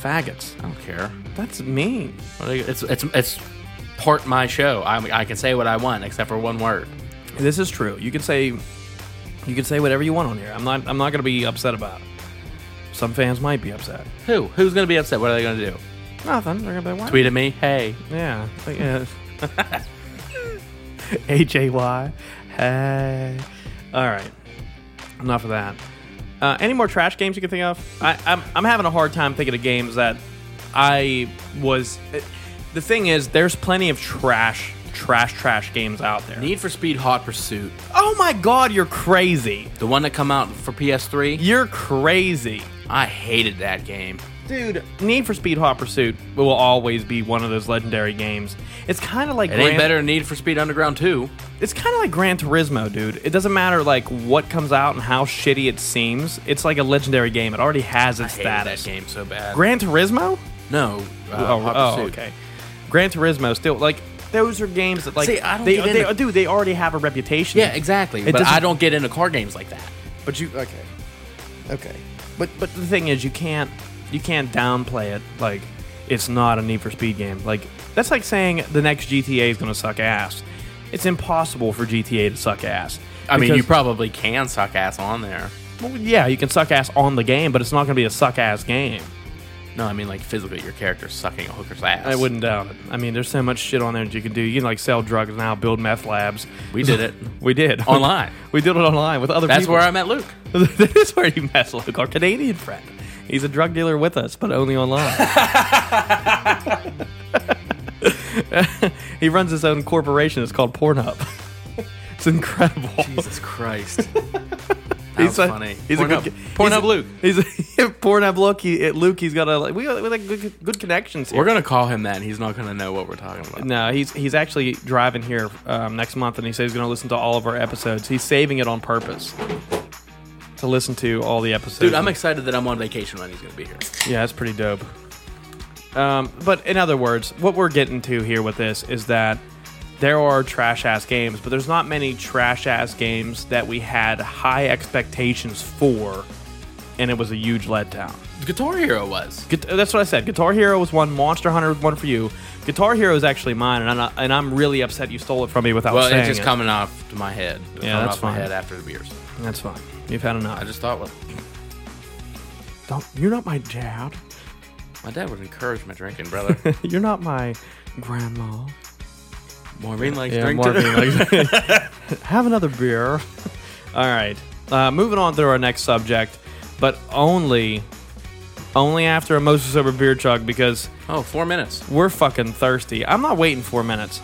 [SPEAKER 2] Faggots.
[SPEAKER 3] I don't care.
[SPEAKER 2] That's mean.
[SPEAKER 3] What are you- It's it's it's part my show. I I can say what I want except for one word.
[SPEAKER 2] This is true. You can say you can say whatever you want on here. I'm not I'm not gonna be upset about it. Some fans might be upset.
[SPEAKER 3] Who? Who's gonna be upset? What are they gonna do?
[SPEAKER 2] Nothing. They're gonna be like, "What?"
[SPEAKER 3] Tweet at me. Hey.
[SPEAKER 2] Yeah. Like, yeah. H A Y. Hey. All right. Enough of that. Uh, any more trash games you can think of? I, I'm, I'm having a hard time thinking of games that I was. eh, The thing is, there's plenty of trash, trash, trash games out there.
[SPEAKER 3] Need for Speed Hot Pursuit.
[SPEAKER 2] Oh my god, you're crazy.
[SPEAKER 3] The one that come out for PS3.
[SPEAKER 2] You're crazy.
[SPEAKER 3] I hated that game.
[SPEAKER 2] Dude, Need for Speed Hot Pursuit will always be one of those legendary games. It's kind of like
[SPEAKER 3] It
[SPEAKER 2] Gran-
[SPEAKER 3] ain't better than Need for Speed Underground 2.
[SPEAKER 2] It's kind of like Gran Turismo, dude. It doesn't matter like what comes out and how shitty it seems. It's like a legendary game. It already has its
[SPEAKER 3] I hated
[SPEAKER 2] status.
[SPEAKER 3] that game so bad.
[SPEAKER 2] Gran Turismo?
[SPEAKER 3] no. Uh,
[SPEAKER 2] oh,
[SPEAKER 3] Hot
[SPEAKER 2] oh,
[SPEAKER 3] Pursuit.
[SPEAKER 2] okay. Gran Turismo still like those are games that like
[SPEAKER 3] See, I don't
[SPEAKER 2] they,
[SPEAKER 3] get
[SPEAKER 2] they,
[SPEAKER 3] into-
[SPEAKER 2] do they already have a reputation.
[SPEAKER 3] Yeah, exactly.
[SPEAKER 2] It
[SPEAKER 3] but
[SPEAKER 2] doesn't-
[SPEAKER 3] I don't get into card games like that.
[SPEAKER 2] But you okay.
[SPEAKER 5] Okay.
[SPEAKER 2] But but the thing is, you can't you can't downplay it. Like it's not a Need for Speed game. Like that's like saying the next GTA is going to suck ass. It's impossible for GTA to suck ass.
[SPEAKER 3] I mean, you
[SPEAKER 2] Because-
[SPEAKER 3] probably can suck ass on there.
[SPEAKER 2] well, yeah, you can suck ass on the game, but it's not going to be a suck ass game.
[SPEAKER 3] No, I mean like physically, your character's sucking a hooker's ass.
[SPEAKER 2] I wouldn't doubt it. I mean, there's so much shit on there that you can do. You can like sell drugs now, build meth labs.
[SPEAKER 3] We did it
[SPEAKER 2] We did
[SPEAKER 3] online.
[SPEAKER 2] We did it online with other
[SPEAKER 3] That's
[SPEAKER 2] people.
[SPEAKER 3] where I met Luke.
[SPEAKER 2] that is where you mess with our Canadian friend. He's a drug dealer with us, but only online. he runs his own corporation. It's called Pornhub. It's incredible.
[SPEAKER 3] Jesus Christ.
[SPEAKER 2] he's
[SPEAKER 3] That's
[SPEAKER 2] a-
[SPEAKER 3] funny.
[SPEAKER 2] He's
[SPEAKER 3] Pornhub.
[SPEAKER 2] a good,
[SPEAKER 3] Pornhub
[SPEAKER 2] he's a-
[SPEAKER 3] Luke.
[SPEAKER 2] He's a, Pornhub Luke. He, at Luke, he's got a like, we got, we got good, good connections. Here.
[SPEAKER 3] We're gonna call him that, and he's not gonna know what we're talking about.
[SPEAKER 2] No, he's he's actually driving here um, next month, and he says he's going to listen to all of our episodes. He's saving it on purpose to listen to all the episodes.
[SPEAKER 3] Dude, I'm excited that I'm on vacation when he's gonna be here.
[SPEAKER 2] Yeah, that's pretty dope. Um, but in other words, what we're getting to here with this is that there are trash ass games, but there's not many trash ass games that we had high expectations for, and it was a huge letdown.
[SPEAKER 3] Guitar Hero was.
[SPEAKER 2] Gu- That's what I said. Guitar Hero was one. Monster Hunter was one for you. Guitar Hero is actually mine, and I'm, not- and I'm really upset you stole it from me without
[SPEAKER 3] Well,
[SPEAKER 2] saying
[SPEAKER 3] it's just
[SPEAKER 2] it.
[SPEAKER 3] coming off to my head. It's
[SPEAKER 2] Yeah,
[SPEAKER 3] coming
[SPEAKER 2] that's
[SPEAKER 3] off
[SPEAKER 2] fine.
[SPEAKER 3] my head after the beers.
[SPEAKER 2] That's fine. You've had enough.
[SPEAKER 3] I just thought, well,
[SPEAKER 2] Don't, you're not my dad.
[SPEAKER 3] my dad would encourage my drinking, brother.
[SPEAKER 2] You're not my grandma.
[SPEAKER 3] Maureen likes
[SPEAKER 2] Yeah,
[SPEAKER 3] drink
[SPEAKER 2] more
[SPEAKER 3] today.
[SPEAKER 2] being like- have another beer. All right. Uh, moving on to our next subject, but only, only after a mostly sober beer chug because
[SPEAKER 3] Oh, four minutes.
[SPEAKER 2] we're fucking thirsty. I'm not waiting four minutes.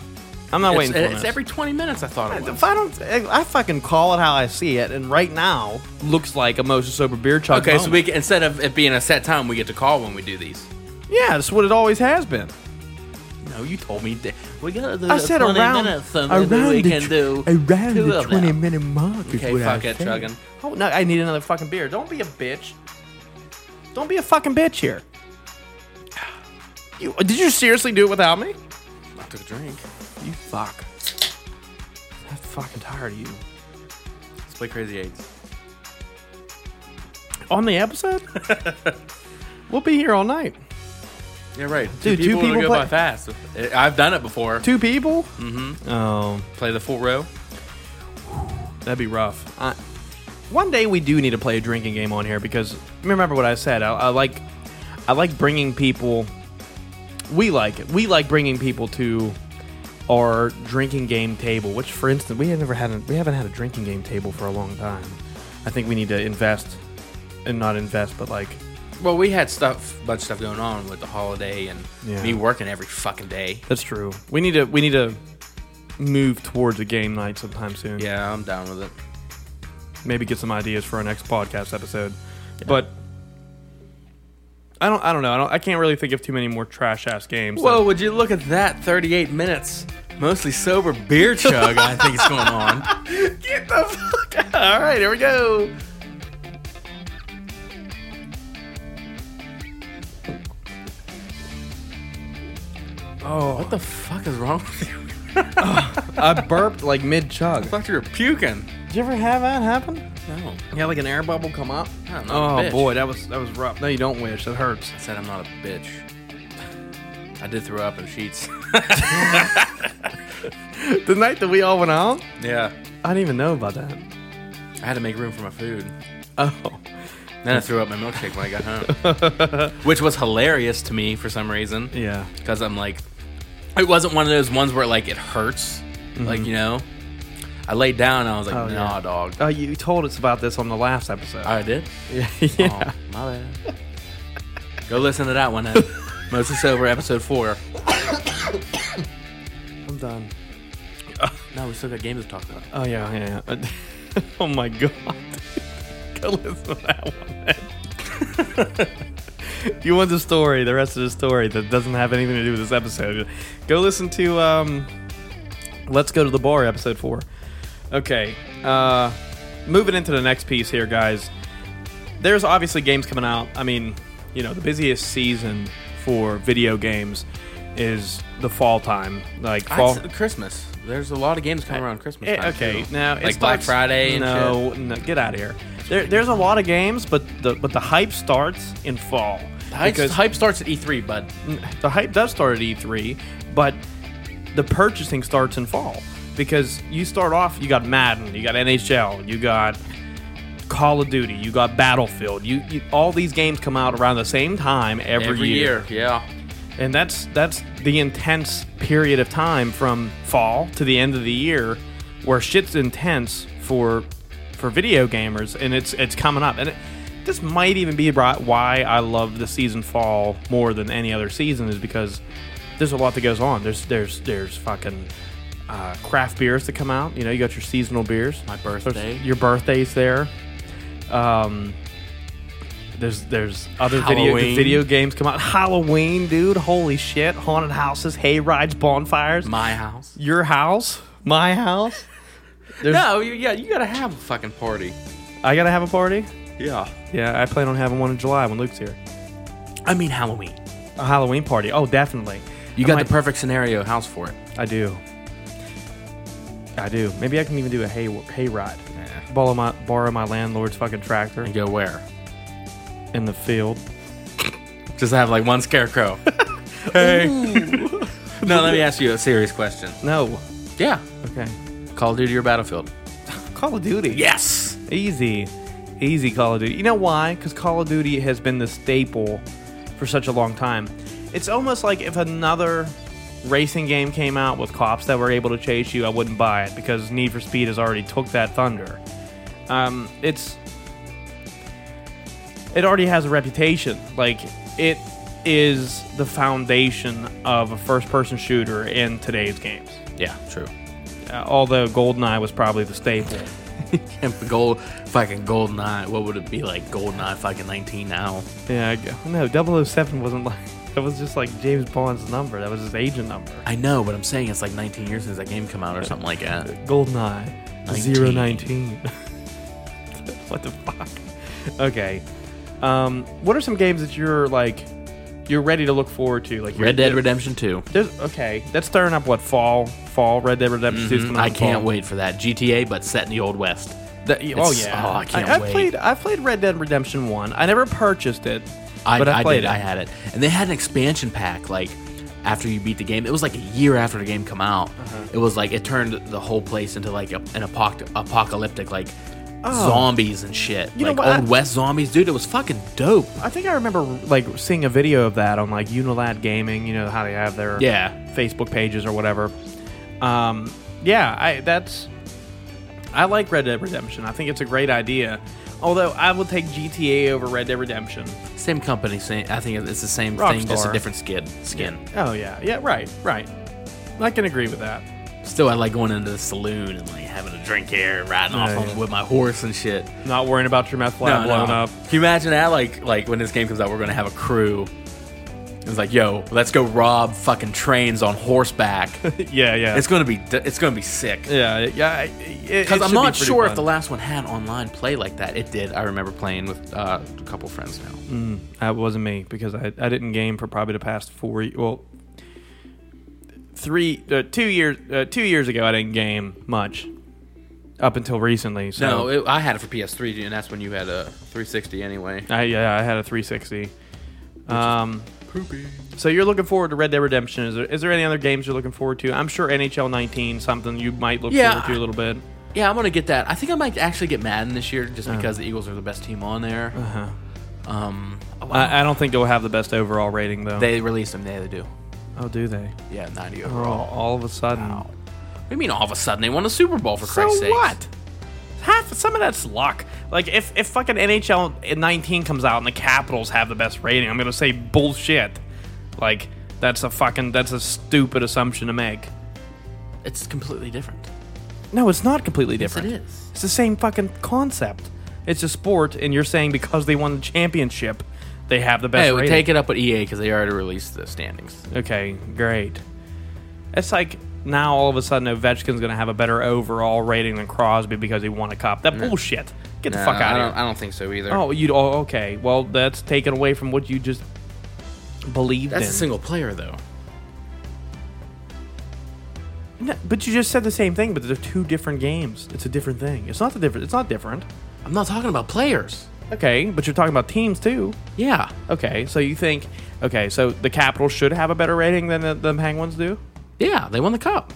[SPEAKER 2] I'm not
[SPEAKER 3] It's,
[SPEAKER 2] waiting. Four
[SPEAKER 3] it's
[SPEAKER 2] minutes.
[SPEAKER 3] every 20 minutes. I thought it was.
[SPEAKER 2] If I don't, I fucking call it how I see it, and right now looks like a mostly sober beer chug.
[SPEAKER 3] Okay, so
[SPEAKER 2] moment.
[SPEAKER 3] we can, instead of it being a set time, we get to call when we do these.
[SPEAKER 2] yeah, that's what it always has been.
[SPEAKER 3] No, you told me that we got the
[SPEAKER 2] I said around around the tw- around
[SPEAKER 3] two
[SPEAKER 2] the
[SPEAKER 3] of them.
[SPEAKER 2] twenty minute mark. is
[SPEAKER 3] Okay,
[SPEAKER 2] what I
[SPEAKER 3] fuck it,
[SPEAKER 2] said.
[SPEAKER 3] chugging.
[SPEAKER 2] Oh no, I need another fucking beer. Don't be a bitch. Don't be a fucking bitch here. You did you seriously do it without me?
[SPEAKER 3] I took a drink.
[SPEAKER 2] You fuck. I'm fucking tired of you.
[SPEAKER 3] Let's play Crazy Eights.
[SPEAKER 2] On the episode? we'll be here all night.
[SPEAKER 3] Yeah, right.
[SPEAKER 2] Dude, two
[SPEAKER 3] it'll
[SPEAKER 2] people
[SPEAKER 3] go
[SPEAKER 2] play-
[SPEAKER 3] by fast. I- I've done it before.
[SPEAKER 2] Two people? Mm-hmm. Oh.
[SPEAKER 3] Play the full row.
[SPEAKER 2] That'd be rough. I, one day we do need to play a drinking game on here because remember what I said. I, I like, I like bringing people. We like it. We like bringing people to our drinking game table. Which, for instance, we have never had. A, we haven't had a drinking game table for a long time. I think we need to invest, and not invest, but like,
[SPEAKER 3] Well, we had stuff, bunch of stuff going on with the holiday and
[SPEAKER 2] Yeah.
[SPEAKER 3] me working every fucking day.
[SPEAKER 2] that's true. We need to. We need to move towards a game night sometime soon.
[SPEAKER 3] Yeah, I'm down with it.
[SPEAKER 2] maybe get some ideas for our next podcast episode. But I don't I don't know. I don't I can't really think of too many more trash ass games. that-
[SPEAKER 3] Whoa, would you look at that? 38 minutes, mostly sober beer chug, I think is going on.
[SPEAKER 2] get the fuck out. All right, here we go.
[SPEAKER 3] Oh, What the fuck is wrong with you?
[SPEAKER 2] I burped like mid chug.
[SPEAKER 3] I thought you were puking.
[SPEAKER 2] Did you ever have that happen?
[SPEAKER 3] No.
[SPEAKER 2] Yeah, like an air bubble come up.
[SPEAKER 3] I'm
[SPEAKER 2] Oh
[SPEAKER 3] not a bitch.
[SPEAKER 2] boy, that was that was rough. No, you don't wish. That hurts.
[SPEAKER 3] I said I'm not a bitch. I did throw up in sheets.
[SPEAKER 2] the night that we all went out,
[SPEAKER 3] yeah.
[SPEAKER 2] I didn't even know about that.
[SPEAKER 3] I had to make room for my food.
[SPEAKER 2] Oh,
[SPEAKER 3] Then I threw up my milkshake when I got home, which was hilarious to me for some reason.
[SPEAKER 2] yeah.
[SPEAKER 3] because I'm like, it wasn't one of those ones where like it hurts, like you know. I laid down and I was like,
[SPEAKER 2] Mm-hmm. Oh, yeah.
[SPEAKER 3] nah, dog.
[SPEAKER 2] Uh, you told us about this on the last episode.
[SPEAKER 3] I did.
[SPEAKER 2] yeah.
[SPEAKER 3] Oh, my bad. Go listen to that one. Then. Mostly sober, episode four.
[SPEAKER 2] Oh, I'm done.
[SPEAKER 3] No, we still got games to talk about.
[SPEAKER 2] Oh yeah, yeah. yeah. oh my god. Go listen to that one. then. you want the story, the rest of the story that doesn't have anything to do with this episode. Go listen to um Let's Go to the Bar episode 4. Okay. Uh moving into the next piece here, guys. There's obviously games coming out. I mean, you know, the busiest season for video games is the fall time, like
[SPEAKER 3] I'd
[SPEAKER 2] fall.
[SPEAKER 3] say Christmas. There's a lot of games coming around Christmas.
[SPEAKER 2] Eh,
[SPEAKER 3] time,
[SPEAKER 2] okay,
[SPEAKER 3] too.
[SPEAKER 2] now
[SPEAKER 3] like
[SPEAKER 2] it
[SPEAKER 3] Black
[SPEAKER 2] starts-
[SPEAKER 3] Friday. And shit.
[SPEAKER 2] no, no, get out of here. There, there's a lot of games, but the but the hype starts in fall.
[SPEAKER 3] The hype,
[SPEAKER 2] because Mm.
[SPEAKER 3] hype starts at E3, bud.
[SPEAKER 2] the hype does start at E3, but the purchasing starts in fall because you start off. You got Madden, you got NHL, you got Call of Duty, you got Battlefield. You, you all these games come out around the same time every,
[SPEAKER 3] Every year, yeah.
[SPEAKER 2] and that's that's the intense period of time from fall to the end of the year where shit's intense for for video gamers and it's it's coming up and it, this might even be bri- why I love the season fall more than any other season is because there's a lot that goes on there's there's there's fucking uh, craft beers that come out you know you got your seasonal beers
[SPEAKER 3] My birthday.
[SPEAKER 2] your birthday's there um there's there's other video
[SPEAKER 3] Halloween.
[SPEAKER 2] video games come out. Halloween, dude, holy shit! Haunted houses, hay rides, bonfires.
[SPEAKER 3] My house.
[SPEAKER 2] your house, my house. There's,
[SPEAKER 3] No, you, yeah, you gotta have a fucking party.
[SPEAKER 2] I gotta have a party.
[SPEAKER 3] Yeah.
[SPEAKER 2] Yeah, I plan on having one in July when Luke's here.
[SPEAKER 3] I mean Halloween.
[SPEAKER 2] A Halloween party. Oh, definitely.
[SPEAKER 3] You
[SPEAKER 2] I
[SPEAKER 3] got
[SPEAKER 2] might-
[SPEAKER 3] the perfect scenario house for it.
[SPEAKER 2] I do. I do. Maybe I can even do a hay hay ride. Borrow my borrow my landlord's fucking tractor
[SPEAKER 3] And go where?
[SPEAKER 2] in the field.
[SPEAKER 3] Just have like one scarecrow. hey. no, let me ask you a serious question.
[SPEAKER 2] No.
[SPEAKER 3] Yeah.
[SPEAKER 2] Okay.
[SPEAKER 3] Call of Duty or Battlefield?
[SPEAKER 2] Call of Duty.
[SPEAKER 3] Yes.
[SPEAKER 2] Easy. Easy Call of Duty. You know why? Because Call of Duty has been the staple for such a long time. It's almost like if another racing game came out with cops that were able to chase you, I wouldn't buy it because Need for Speed has already took that thunder. Um, it's it already has a reputation. Like it is the foundation of a first-person shooter in today's games.
[SPEAKER 3] Yeah, true.
[SPEAKER 2] Uh, although GoldenEye was probably the staple.
[SPEAKER 3] And the gold, fucking golden eye. What would it be like? Golden eye, fucking 19 now.
[SPEAKER 2] Yeah, I g- no, 007 wasn't like that was just like James Bond's number. That was his agent number.
[SPEAKER 3] I know, but I'm saying it's like 19 years since that game come out or something like that.
[SPEAKER 2] Goldeneye
[SPEAKER 3] 19.
[SPEAKER 2] 019. what the fuck? Okay. Um, what are some games that you're like you're ready to look forward to? Like you're-
[SPEAKER 3] Red Dead Redemption 2.
[SPEAKER 2] There's, okay, that's stirring up what fall, fall Red Dead Redemption 2 is coming out
[SPEAKER 3] Mm-hmm. I
[SPEAKER 2] in
[SPEAKER 3] can't
[SPEAKER 2] fall.
[SPEAKER 3] wait for that. GTA, but set in the Old West.
[SPEAKER 2] That- oh
[SPEAKER 3] It's-
[SPEAKER 2] yeah,
[SPEAKER 3] oh, I can't
[SPEAKER 2] I, have
[SPEAKER 3] wait.
[SPEAKER 2] played I played Red Dead Redemption One. I never purchased it,
[SPEAKER 3] I,
[SPEAKER 2] but I,
[SPEAKER 3] I
[SPEAKER 2] played
[SPEAKER 3] did.
[SPEAKER 2] it.
[SPEAKER 3] I had it, and they had an expansion pack. Like after you beat the game, it was like a year after the game come out.
[SPEAKER 2] Uh-huh.
[SPEAKER 3] It was like it turned the whole place into like a, an apoc- apocalyptic like zombies and shit,
[SPEAKER 2] Oh. You know
[SPEAKER 3] like
[SPEAKER 2] what,
[SPEAKER 3] old
[SPEAKER 2] I-
[SPEAKER 3] west zombies. Dude, it was fucking dope.
[SPEAKER 2] I think I remember like seeing a video of that on like Unilad Gaming. You know how they have their
[SPEAKER 3] Yeah.
[SPEAKER 2] Facebook pages or whatever. Um, yeah, I that's I like Red Dead Redemption. I think it's a great idea. Although I will take GTA over Red Dead Redemption.
[SPEAKER 3] Same company, same. I think it's the same thing, just a
[SPEAKER 2] Rockstar.
[SPEAKER 3] different skin. Skin.
[SPEAKER 2] Oh yeah, yeah, right, right. I can agree with that.
[SPEAKER 3] Still, I like going into the saloon and like having a drink here, riding off
[SPEAKER 2] Yeah,
[SPEAKER 3] on-
[SPEAKER 2] yeah.
[SPEAKER 3] with my horse and shit.
[SPEAKER 2] Not worrying about your meth lab blowing up.
[SPEAKER 3] Can you imagine that? Like, like when this game comes out, we're gonna have a crew. It's like, yo, let's go rob fucking trains on horseback.
[SPEAKER 2] Yeah, yeah,
[SPEAKER 3] it's gonna be, it's gonna be sick.
[SPEAKER 2] yeah, yeah. Because
[SPEAKER 3] Because I'm not sure if the last one had online play like that. It did. I remember playing with uh, a couple friends now.
[SPEAKER 2] That wasn't me because I, I didn't game for probably the past four ye- well three uh, two years uh, two years ago I didn't game much up until recently. So
[SPEAKER 3] No, it, I had it for PS3, and that's when you had a 360 anyway.
[SPEAKER 2] I yeah I had a 360. Um, so you're looking forward to Red Dead Redemption. Is there, is there any other games you're looking forward to? I'm sure NHL 19 something you might look
[SPEAKER 3] Yeah.
[SPEAKER 2] forward to a little bit.
[SPEAKER 3] Yeah, I'm gonna get that. I think I might actually get Madden this year,
[SPEAKER 2] Uh-huh.
[SPEAKER 3] just because the Eagles are the best team on there. Um,
[SPEAKER 2] I, I don't think they'll have the best overall rating though.
[SPEAKER 3] they released them. They, they do.
[SPEAKER 2] oh, do they?
[SPEAKER 3] Yeah, 90
[SPEAKER 2] Oh,
[SPEAKER 3] overall.
[SPEAKER 2] all of a sudden.
[SPEAKER 3] What do you mean all of a sudden they won a Super Bowl for
[SPEAKER 2] So
[SPEAKER 3] Christ's sake?
[SPEAKER 2] what? Half some of that's luck. Like if if fucking NHL 19 comes out and the Capitals have the best rating, I'm gonna say bullshit. Like that's a fucking that's a stupid assumption to make.
[SPEAKER 3] It's completely different.
[SPEAKER 2] No, it's not completely
[SPEAKER 3] Yes, it
[SPEAKER 2] different.
[SPEAKER 3] is.
[SPEAKER 2] It's the same fucking concept. It's a sport, and you're saying because they won the championship, they have the best
[SPEAKER 3] Hey, we
[SPEAKER 2] rating.
[SPEAKER 3] take it up with EA because they already released the standings.
[SPEAKER 2] Okay, great. It's like now all of a sudden Ovechkin's gonna have a better overall rating than Crosby because he won a cup. That bullshit. Get the fuck out
[SPEAKER 3] I
[SPEAKER 2] of
[SPEAKER 3] don't,
[SPEAKER 2] here.
[SPEAKER 3] I don't think so either.
[SPEAKER 2] Oh, you oh, okay. Well, that's taken away from what you just believed
[SPEAKER 3] that's a
[SPEAKER 2] in.
[SPEAKER 3] single player though.
[SPEAKER 2] No, but you just said the same thing, but they're two different games. It's a different thing. It's not the different. It's not different.
[SPEAKER 3] I'm not talking about players.
[SPEAKER 2] Okay, but you're talking about teams too.
[SPEAKER 3] Yeah.
[SPEAKER 2] Okay, so you think okay, so the Capitals should have a better rating than the, the Penguins do?
[SPEAKER 3] Yeah, they won the cup.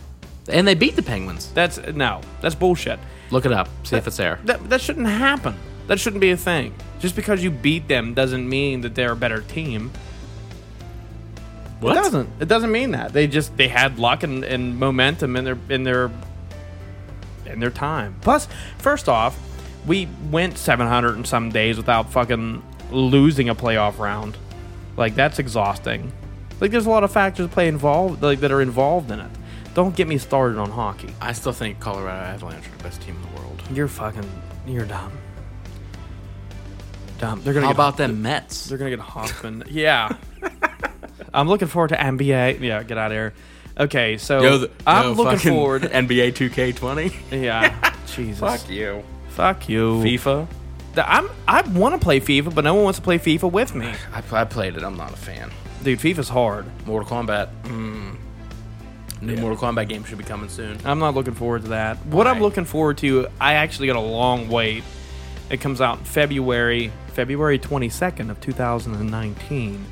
[SPEAKER 3] And they beat the Penguins.
[SPEAKER 2] That's no, that's bullshit.
[SPEAKER 3] Look it up. See if it's there.
[SPEAKER 2] That that shouldn't happen. That shouldn't be a thing. Just because you beat them doesn't mean that they're a better team.
[SPEAKER 3] What?
[SPEAKER 2] It doesn't. It doesn't mean that. They just they had luck and, and momentum in their in their in their time. Plus, first off, we went 700 and some days without fucking losing a playoff round. Like that's exhausting. Like there's a lot of factors that play involved like that are involved in it. Don't get me started on hockey.
[SPEAKER 3] I still think Colorado Avalanche are the best team in the world.
[SPEAKER 2] You're fucking you're dumb. Dumb. They're gonna
[SPEAKER 3] How
[SPEAKER 2] get
[SPEAKER 3] about them Mets?
[SPEAKER 2] they're gonna get Hoffman. yeah. I'm looking forward to NBA. Yeah, get out of here. Okay, so I'm looking forward.
[SPEAKER 3] NBA 2K20.
[SPEAKER 2] Yeah, Jesus. Fuck,
[SPEAKER 3] you.
[SPEAKER 2] you.
[SPEAKER 3] FIFA.
[SPEAKER 2] Th- I'm I want to play FIFA, but no one wants to play FIFA with me.
[SPEAKER 3] I, I played it. I'm not a fan.
[SPEAKER 2] Dude, FIFA's hard.
[SPEAKER 3] Mortal Kombat. Mm. New Mortal Kombat game should be coming soon.
[SPEAKER 2] I'm not looking forward to that. What I'm
[SPEAKER 3] Why?
[SPEAKER 2] looking forward to, I actually got a long wait. It comes out in February, February 22nd of 2019.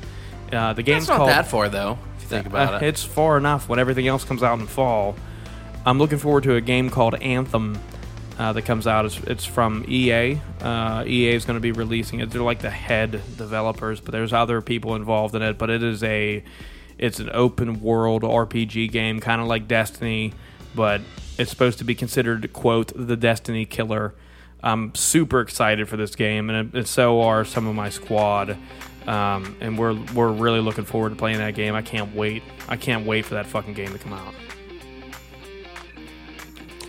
[SPEAKER 2] Uh, the game's
[SPEAKER 3] It's not
[SPEAKER 2] called
[SPEAKER 3] that far though. If you think about
[SPEAKER 2] Uh,
[SPEAKER 3] it.
[SPEAKER 2] It's far enough when everything else comes out in fall. I'm looking forward to a game called Anthem uh, that comes out. It's, it's from EA. Uh, EA is going to be releasing it. They're like the head developers, but there's other people involved in it. But it is a it's an open world RPG game, kind of like Destiny, but it's supposed to be considered quote the Destiny killer. I'm super excited for this game, and, and so are some of my squad. Um, and we're we're really looking forward to playing that game. I can't wait. I can't wait for that fucking game to come out.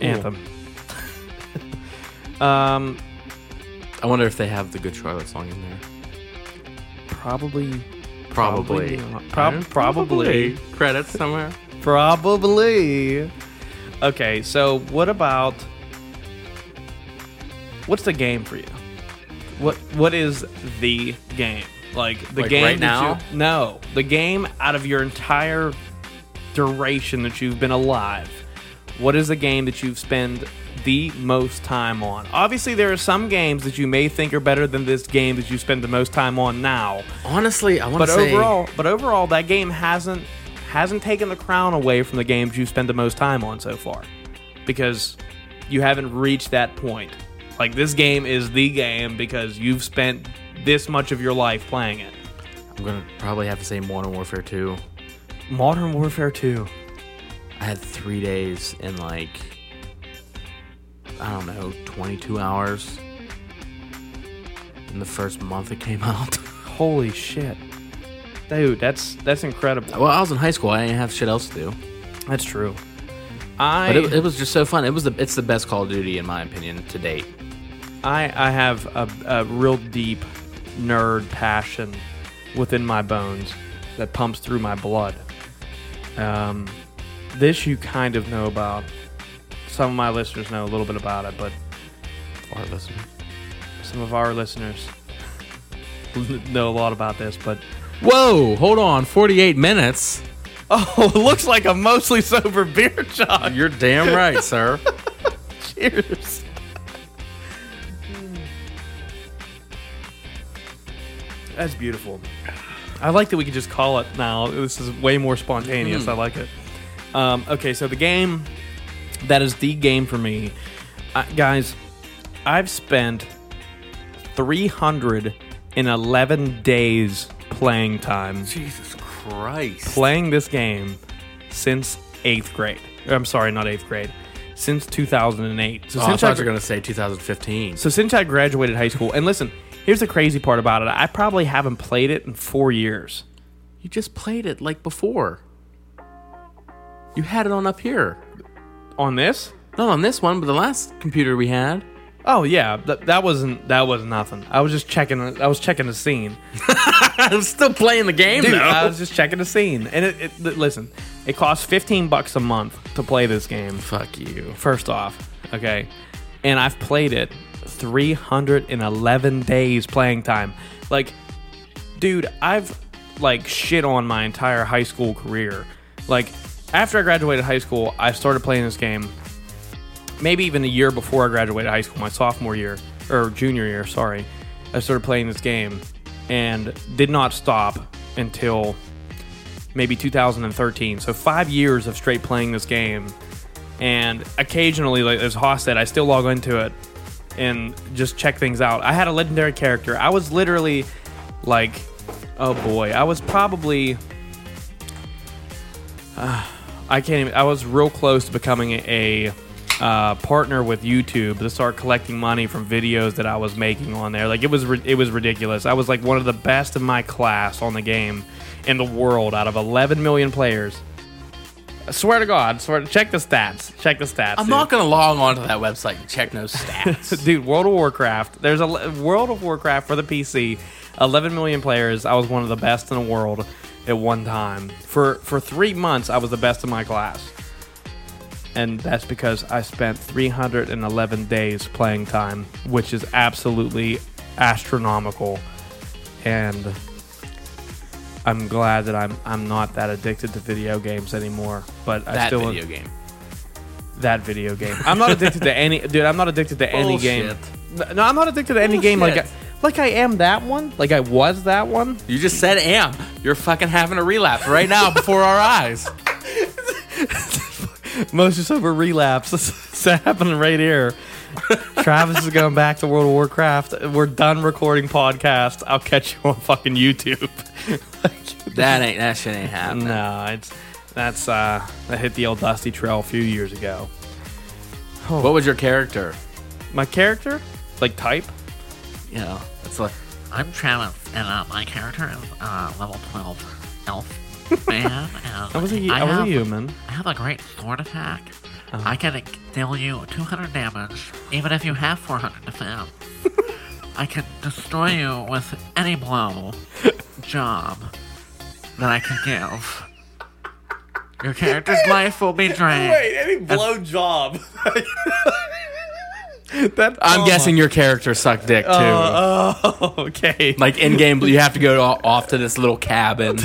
[SPEAKER 2] Anthem. um,
[SPEAKER 3] I wonder if they have the Good Charlotte song in there.
[SPEAKER 2] probably,
[SPEAKER 3] Probably.
[SPEAKER 2] not. Prob- probably.
[SPEAKER 3] Credits somewhere.
[SPEAKER 2] probably. Okay, so what about what's the game for you? What what is the game? Like the
[SPEAKER 3] Like
[SPEAKER 2] game
[SPEAKER 3] right
[SPEAKER 2] that
[SPEAKER 3] now?
[SPEAKER 2] You, no, the game out of your entire duration that you've been alive. What is the game that you've spent the most time on? Obviously, there are some games that you may think are better than this game that you spend the most time on now
[SPEAKER 3] Honestly, I want
[SPEAKER 2] but
[SPEAKER 3] to say
[SPEAKER 2] overall, but overall, that game hasn't hasn't taken the crown away from the games you spend the most time on so far, because you haven't reached that point. Like this game is the game because you've spent this much of your life playing it.
[SPEAKER 3] I'm gonna probably have to say Modern Warfare 2.
[SPEAKER 2] Modern Warfare Two.
[SPEAKER 3] I had three days and like I don't know, 22 hours in the first month it came out.
[SPEAKER 2] Holy shit, dude, that's that's incredible.
[SPEAKER 3] well, I was in high school. I didn't have shit else to do.
[SPEAKER 2] That's true. I
[SPEAKER 3] But it, it was just so fun. It was the it's the best Call of Duty in my opinion to date.
[SPEAKER 2] I, I have a, a real deep nerd passion within my bones that pumps through my blood. Um, this you kind of know about. Some of my listeners know a little bit about it, but
[SPEAKER 3] Our listener.
[SPEAKER 2] some of our listeners know a lot about this. But
[SPEAKER 3] Whoa, hold on, 48 minutes.
[SPEAKER 2] oh, it looks like a mostly sober beer jug.
[SPEAKER 3] You're damn right, sir.
[SPEAKER 2] Cheers. That's beautiful. I like that we could just call it now. This is way more spontaneous.
[SPEAKER 3] Hmm.
[SPEAKER 2] I like it. Um, okay, so the game that is the game for me, uh, guys. I've spent 311 days playing time
[SPEAKER 3] Jesus Christ.
[SPEAKER 2] playing this game since eighth grade. I'm sorry, not eighth grade. Since 2008. So
[SPEAKER 3] Oh, I
[SPEAKER 2] since
[SPEAKER 3] thought
[SPEAKER 2] I
[SPEAKER 3] you were gonna say 2015.
[SPEAKER 2] so since I graduated high school, and listen, here's the crazy part about it. I probably haven't played it in four years.
[SPEAKER 3] You just played it like before. You had it on up here.
[SPEAKER 2] On this?
[SPEAKER 3] Not on this one, but the last computer we had.
[SPEAKER 2] Oh yeah, th- that wasn't that was nothing. I was just checking. I was checking the scene.
[SPEAKER 3] I'm still playing the game
[SPEAKER 2] Dude,
[SPEAKER 3] though.
[SPEAKER 2] I was just checking the scene. And it, it li- listen, it costs 15 bucks a month to play this game.
[SPEAKER 3] Fuck you.
[SPEAKER 2] First off, okay, and I've played it 311 days playing time. Like dude, I've like shit on my entire high school career. Like after I graduated high school, I started playing this game. Maybe even a year before I graduated high school, my sophomore year or junior year, sorry, I started playing this game and did not stop until maybe 2013. So five years of straight playing this game, and occasionally, like as Haas said, I still log into it and just check things out. I had a legendary character. I was literally like, oh boy, I was probably. uh, I can't even. I was real close to becoming a uh, partner with YouTube to start collecting money from videos that I was making on there. Like it was, ri- it was ridiculous. I was like one of the best in my class on the game in the world out of 11 million players. I swear to God, swear. Check the stats. Check the stats.
[SPEAKER 3] I'm
[SPEAKER 2] dude.
[SPEAKER 3] not gonna log onto that website and check no stats.
[SPEAKER 2] dude. World of Warcraft. There's a le- World of Warcraft for the PC. 11 million players. I was one of the best in the world at one time. For for three months, I was the best in my class, and that's because I spent 311 days playing time, which is absolutely astronomical. And I'm glad that I'm I'm not that addicted to video games anymore. But I
[SPEAKER 3] that
[SPEAKER 2] still
[SPEAKER 3] video game.
[SPEAKER 2] that video game. I'm not addicted to any dude. I'm not addicted to any game. No, I'm not addicted to any game like I,
[SPEAKER 3] Bullshit.
[SPEAKER 2] like I am that one. Like I was that one.
[SPEAKER 3] You just said am. You're fucking having a relapse right now before our eyes.
[SPEAKER 2] Most just over relapse. it's happening right here. Travis is going back to World of Warcraft. We're done recording podcast. I'll catch you on fucking YouTube.
[SPEAKER 3] That ain't that shit ain't happening.
[SPEAKER 2] no, it's that's uh that hit the old dusty trail a few years ago.
[SPEAKER 3] What was your character?
[SPEAKER 2] My character, like type,
[SPEAKER 3] You know, it's like
[SPEAKER 5] I'm Travis, and uh, my character is uh, level 12 elf man. And
[SPEAKER 2] I was a, I,
[SPEAKER 5] I
[SPEAKER 2] was
[SPEAKER 5] have,
[SPEAKER 2] a Uh-huh. human.
[SPEAKER 5] I have a great sword attack. I can deal you 200 damage, even if you have 400 defense. I can destroy you with any blow job that I can give. Your character's life will be drained.
[SPEAKER 2] any blow job. that
[SPEAKER 3] I'm guessing your character sucked dick too.
[SPEAKER 2] Oh, okay.
[SPEAKER 3] like in game, you have to go o- off to this little cabin,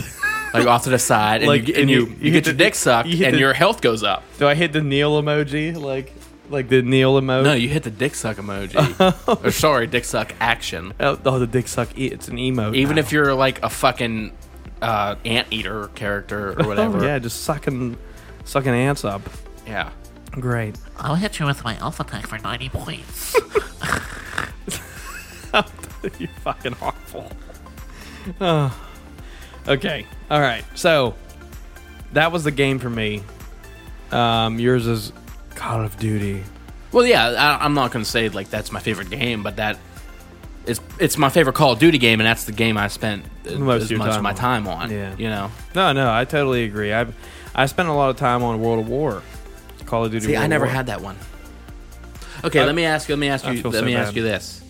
[SPEAKER 3] like off to the side, and
[SPEAKER 2] Like,
[SPEAKER 3] you, and
[SPEAKER 2] and
[SPEAKER 3] you,
[SPEAKER 2] you-
[SPEAKER 3] you,
[SPEAKER 2] you hit
[SPEAKER 3] get your
[SPEAKER 2] the-
[SPEAKER 3] dick sucked,
[SPEAKER 2] you hit
[SPEAKER 3] and
[SPEAKER 2] the-
[SPEAKER 3] your health goes up.
[SPEAKER 2] Do I hit the kneel emoji? Like, like the kneel emoji?
[SPEAKER 3] No, you hit the dick suck emoji. or sorry, dick suck action.
[SPEAKER 2] Oh, oh, the dick suck. e- It's an emo.
[SPEAKER 3] Even
[SPEAKER 2] now.
[SPEAKER 3] if you're like a fucking uh, anteater character or
[SPEAKER 2] Oh,
[SPEAKER 3] whatever.
[SPEAKER 2] yeah, just sucking, sucking ants up.
[SPEAKER 3] yeah.
[SPEAKER 2] Great.
[SPEAKER 5] I'll hit you with my elf attack for 90 points.
[SPEAKER 2] You're fucking awful. Oh. Okay. All right. So that was the game for me. Um, yours is Call of Duty.
[SPEAKER 3] Well, yeah, I, I'm not gonna say like that's my favorite game, but that it's it's my favorite Call of Duty game, and that's the game I spent as
[SPEAKER 2] Most of
[SPEAKER 3] much
[SPEAKER 2] your
[SPEAKER 3] of
[SPEAKER 2] time
[SPEAKER 3] my
[SPEAKER 2] on.
[SPEAKER 3] time on.
[SPEAKER 2] Yeah.
[SPEAKER 3] you know.
[SPEAKER 2] No, no, I totally agree. I, I spent a lot of time on World of War, Call of Duty.
[SPEAKER 3] See,
[SPEAKER 2] World
[SPEAKER 3] I
[SPEAKER 2] of
[SPEAKER 3] never
[SPEAKER 2] War.
[SPEAKER 3] had that one. Okay, let me ask you. Let me ask
[SPEAKER 2] I
[SPEAKER 3] you.
[SPEAKER 2] feel
[SPEAKER 3] Let
[SPEAKER 2] so
[SPEAKER 3] me
[SPEAKER 2] bad.
[SPEAKER 3] ask you this: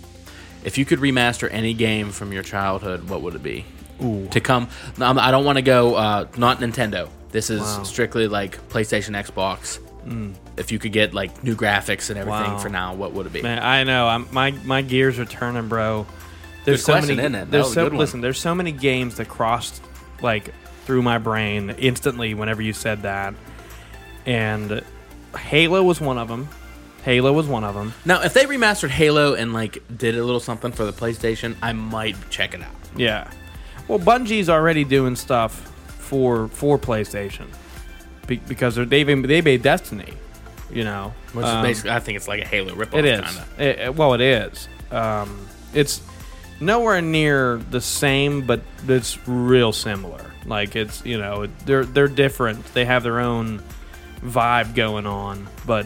[SPEAKER 3] If you could remaster any game from your childhood, what would it be? Ooh. To come, no, I'm- I don't want to go. Uh, not Nintendo. This is strictly like PlayStation, Xbox. If you could get like new graphics and everything
[SPEAKER 2] Mm. Wow.
[SPEAKER 3] for now, what would it be?
[SPEAKER 2] Man, I know. I'm, my my gears are turning, bro. There's
[SPEAKER 3] Good
[SPEAKER 2] so
[SPEAKER 3] question,
[SPEAKER 2] many.
[SPEAKER 3] isn't it? That
[SPEAKER 2] There's
[SPEAKER 3] was a
[SPEAKER 2] so
[SPEAKER 3] good one.
[SPEAKER 2] listen. There's so many games that crossed like through my brain instantly whenever you said that, and Halo was one of them. Halo was one of them.
[SPEAKER 3] Now, if they remastered Halo and like did a little something for the PlayStation, I might check it out.
[SPEAKER 2] Yeah. Well, Bungie's already doing stuff for for PlayStation be- because they're, they've they made Destiny. You know,
[SPEAKER 3] Which
[SPEAKER 2] Um,
[SPEAKER 3] is basically, I think it's like a Halo ripoff.
[SPEAKER 2] It is.
[SPEAKER 3] Kinda.
[SPEAKER 2] It- it- well, it is. Um, it's nowhere near the same, but it's real similar. Like it's you know they're they're different. They have their own vibe going on, but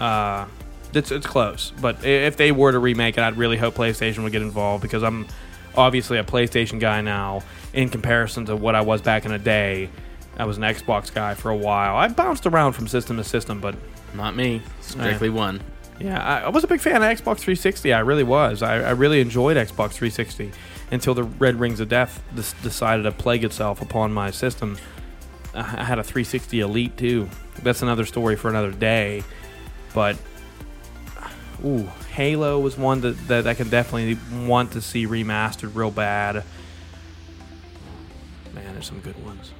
[SPEAKER 2] uh, it's it's close. But i- if they were to remake it, I'd really hope PlayStation would get involved because I'm obviously a PlayStation guy now in comparison to what I was back in the day. I was an Xbox guy for a while. I bounced around from system to system, but
[SPEAKER 3] Not me. Strictly one.
[SPEAKER 2] yeah, I, I was a big fan of Xbox 360. I really was. I, I really enjoyed Xbox 360 until the Red Rings of Death dis- decided to plague itself upon my system. I I had a 360 Elite too. That's another story for another day. But ooh, Halo was one that, that I can definitely want to see remastered real bad. Man, there's some good ones.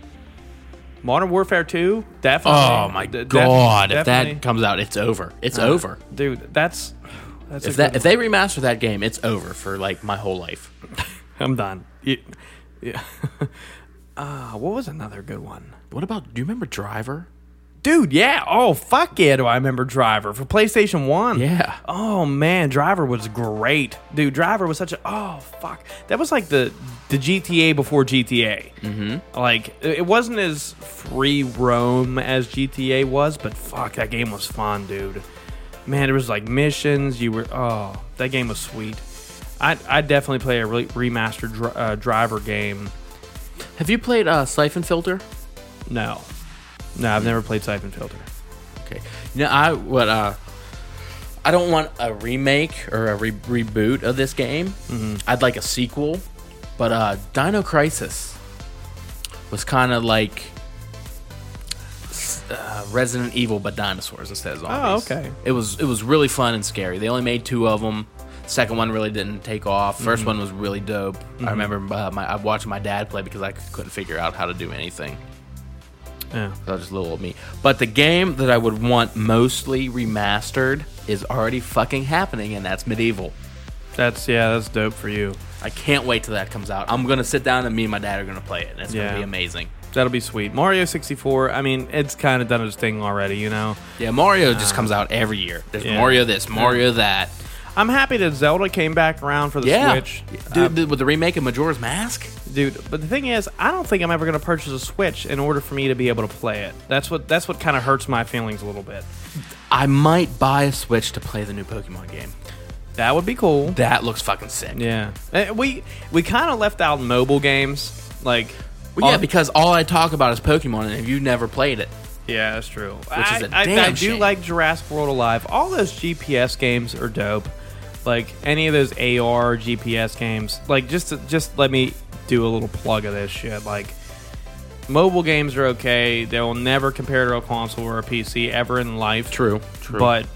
[SPEAKER 2] Modern Warfare 2, definitely.
[SPEAKER 3] Oh my
[SPEAKER 2] De- def-
[SPEAKER 3] god! If
[SPEAKER 2] definitely.
[SPEAKER 3] that comes out, it's over. It's over.
[SPEAKER 2] dude, that's that's a
[SPEAKER 3] If that
[SPEAKER 2] good
[SPEAKER 3] if they remaster that game, it's over for like my whole life.
[SPEAKER 2] one. I'm done. You- yeah. Ah, what was another good one?
[SPEAKER 3] What about? Do you remember Driver?
[SPEAKER 2] Dude, yeah. Oh, fuck yeah. Do I remember Driver for PlayStation 1?
[SPEAKER 3] Yeah.
[SPEAKER 2] Oh, man. Driver was great. Dude, Driver was such a. Oh, fuck. That was like the, the GTA before GTA. Mm-hmm. Like, it it wasn't as free roam as GTA was, but fuck, that game was fun, dude. Man, there was like missions. You were. Oh, that game was sweet. I, I definitely play a re- remastered dr- uh, driver game.
[SPEAKER 3] Have you played uh, Siphon Filter?
[SPEAKER 2] No. No, I've never played Siphon Filter.
[SPEAKER 3] Okay. You know, I what uh, I don't want a remake or a re- reboot of this game. I'd like a sequel, but uh, Dino Crisis was kind of like s- uh, Resident Evil, but dinosaurs instead of zombies.
[SPEAKER 2] okay.
[SPEAKER 3] It was it was really fun and scary. They only made two of them. Second one really didn't take off. 1st one was really dope. I remember uh, my, I watched my dad play because I couldn't figure out how to do anything.
[SPEAKER 2] Yeah.
[SPEAKER 3] That was just little old me. But the game that I would want mostly remastered is already fucking happening, and that's Medieval.
[SPEAKER 2] That's, yeah, that's dope for you.
[SPEAKER 3] I can't wait till that comes out. I'm gonna sit down and me and my dad are gonna play it, and it's
[SPEAKER 2] Yeah.
[SPEAKER 3] gonna be amazing.
[SPEAKER 2] That'll be sweet. Mario 64, I mean, it's kind of done its thing already, you know?
[SPEAKER 3] Yeah, Mario just comes out every year. There's
[SPEAKER 2] Um, yeah.
[SPEAKER 3] Mario this, Mario that.
[SPEAKER 2] I'm happy that Zelda came back around for the
[SPEAKER 3] Yeah,
[SPEAKER 2] Switch.
[SPEAKER 3] dude,
[SPEAKER 2] Uh,
[SPEAKER 3] th- with the remake of Majora's Mask.
[SPEAKER 2] dude, but the thing is, I don't think I'm ever going to purchase a Switch in order for me to be able to play it. That's what that's what kind of hurts my feelings a little bit.
[SPEAKER 3] I might buy a Switch to play the new Pokemon game.
[SPEAKER 2] That would be cool.
[SPEAKER 3] That looks fucking sick.
[SPEAKER 2] Yeah. Uh, We we kind of left out mobile games. Like
[SPEAKER 3] Well, yeah,
[SPEAKER 2] all-
[SPEAKER 3] because all I talk about is Pokemon, and if you never played it,
[SPEAKER 2] Yeah, that's true. Which
[SPEAKER 3] is a
[SPEAKER 2] I, I-
[SPEAKER 3] damn
[SPEAKER 2] I do
[SPEAKER 3] shame.
[SPEAKER 2] like Jurassic World Alive. All those GPS games are dope. Like any of those AR GPS games. Like just just let me do a little plug of this shit. Like mobile games are okay. They will never compare to a console or a PC ever in life.
[SPEAKER 3] True, true.
[SPEAKER 2] But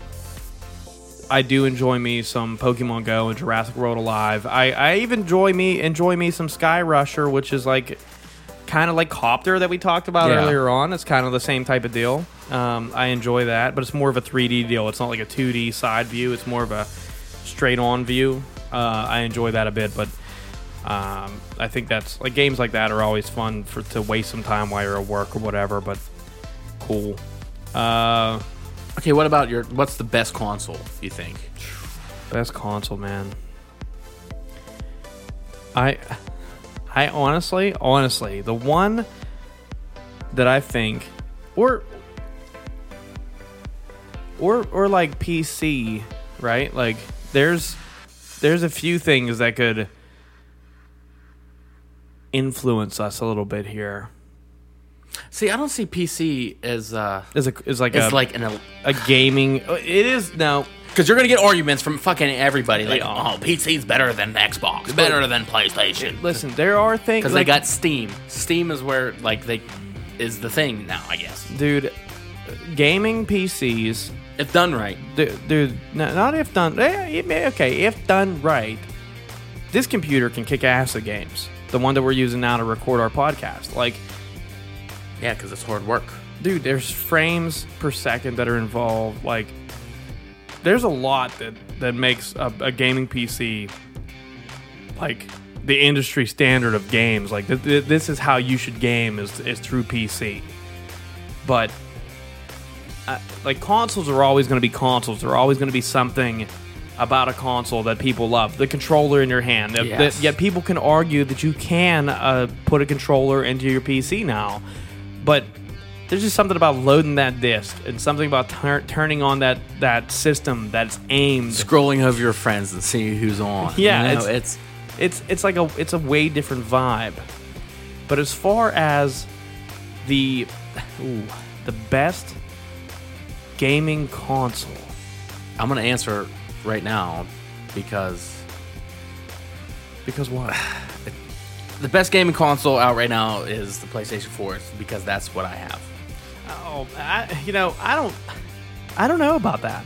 [SPEAKER 2] I do enjoy me some Pokemon Go and Jurassic World Alive. I, I even enjoy me enjoy me some Sky Rusher, which is like kind of like Copter that we talked about
[SPEAKER 3] Yeah.
[SPEAKER 2] earlier on. It's kind of the same type of deal. Um, I enjoy that, but it's more of a 3D deal. It's not like a 2D side view. It's more of a straight on view. Uh, I enjoy that a bit, but um, I think that's like games like that are always fun for to waste some time while you're at work or whatever. But cool. Uh,
[SPEAKER 3] okay, what about your? What's the best console you think?
[SPEAKER 2] Best console, man. I I honestly, honestly, the one that I think or or or like PC, right? Like there's there's a few things that could influence us a little bit here.
[SPEAKER 3] See, I don't see PC as uh,
[SPEAKER 2] Is a is like
[SPEAKER 3] it's
[SPEAKER 2] a
[SPEAKER 3] like an
[SPEAKER 2] a gaming it is now
[SPEAKER 3] because you're gonna get arguments from fucking everybody like,
[SPEAKER 2] Yeah.
[SPEAKER 3] oh, PC's better than Xbox, better than PlayStation,
[SPEAKER 2] listen, there are things
[SPEAKER 3] because
[SPEAKER 2] like,
[SPEAKER 3] they got Steam. Steam is where like they is the thing now, I guess.
[SPEAKER 2] dude gaming PCs
[SPEAKER 3] If done right,
[SPEAKER 2] dude, dude no, not if done. eh, it may- okay, if done right, this computer can kick ass at games. The one that we're using now to record our podcast, like,
[SPEAKER 3] yeah, because it's hard work.
[SPEAKER 2] dude, there's frames per second that are involved. Like, there's a lot that that makes a, a gaming PC like the industry standard of games. Like, th- th- this is how you should game is is through PC, but. I- like consoles are always going to be consoles. They're always going to be something about a console that people love. The controller in your hand. The- the-
[SPEAKER 3] Yes.
[SPEAKER 2] yet people can argue that you can uh, put a controller into your PC now, but there's just something about loading that disc and something about tur- turning on that that system that's aimed.
[SPEAKER 3] Scrolling over your friends and seeing who's on.
[SPEAKER 2] Yeah,
[SPEAKER 3] you know,
[SPEAKER 2] it's-
[SPEAKER 3] it's
[SPEAKER 2] it's it's like a it's a way different vibe. But as far as the ooh, the best gaming console.
[SPEAKER 3] I'm gonna answer right now because
[SPEAKER 2] Because what?
[SPEAKER 3] the best gaming console out right now is the PlayStation 4 because that's what I have
[SPEAKER 2] Oh, I, you know, I don't, I don't know about that.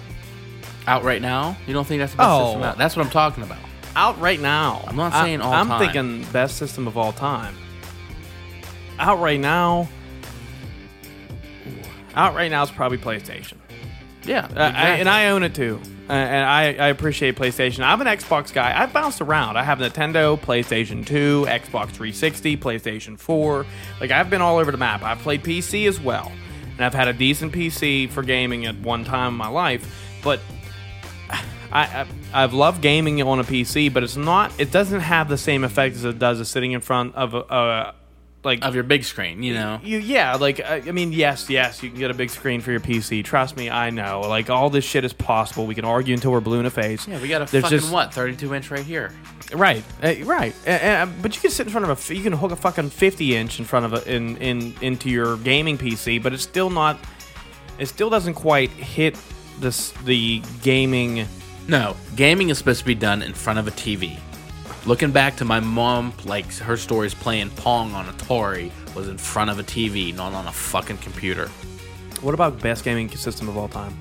[SPEAKER 3] out right now. You don't think that's the best
[SPEAKER 2] Oh.
[SPEAKER 3] system out? That's what I'm talking about.
[SPEAKER 2] Out right now.
[SPEAKER 3] I'm not
[SPEAKER 2] I-
[SPEAKER 3] saying all
[SPEAKER 2] I'm
[SPEAKER 3] time.
[SPEAKER 2] thinking best system of all time. Out right now. Out right now is probably PlayStation.
[SPEAKER 3] Yeah,
[SPEAKER 2] Uh, I, and I own it too. Uh, and I, I appreciate PlayStation. I'm an Xbox guy. I've bounced around. I have Nintendo, PlayStation 2, Xbox 360, PlayStation 4. Like, I've been all over the map. I've played PC as well. And I've had a decent PC for gaming at one time in my life. But I, I I've loved gaming on a PC, but it's not. It doesn't have the same effect as it does as sitting in front of a, a like
[SPEAKER 3] of your big screen, you know.
[SPEAKER 2] you yeah like I, I mean yes yes you can get a big screen for your pc trust me i know like all this shit is possible we can argue until we're blue in the face
[SPEAKER 3] Yeah, we got a
[SPEAKER 2] There's
[SPEAKER 3] fucking
[SPEAKER 2] just-
[SPEAKER 3] what, 32 inch right here.
[SPEAKER 2] right uh, right Uh, uh, but you can sit in front of a f- you can hook a fucking 50 inch in front of a in, in into your gaming pc but it's still not it still doesn't quite hit this the gaming
[SPEAKER 3] No, gaming is supposed to be done in front of a TV. Looking back to my mom, like her stories playing Pong on Atari was in front of a TV, not on a fucking computer.
[SPEAKER 2] what about best gaming system of all time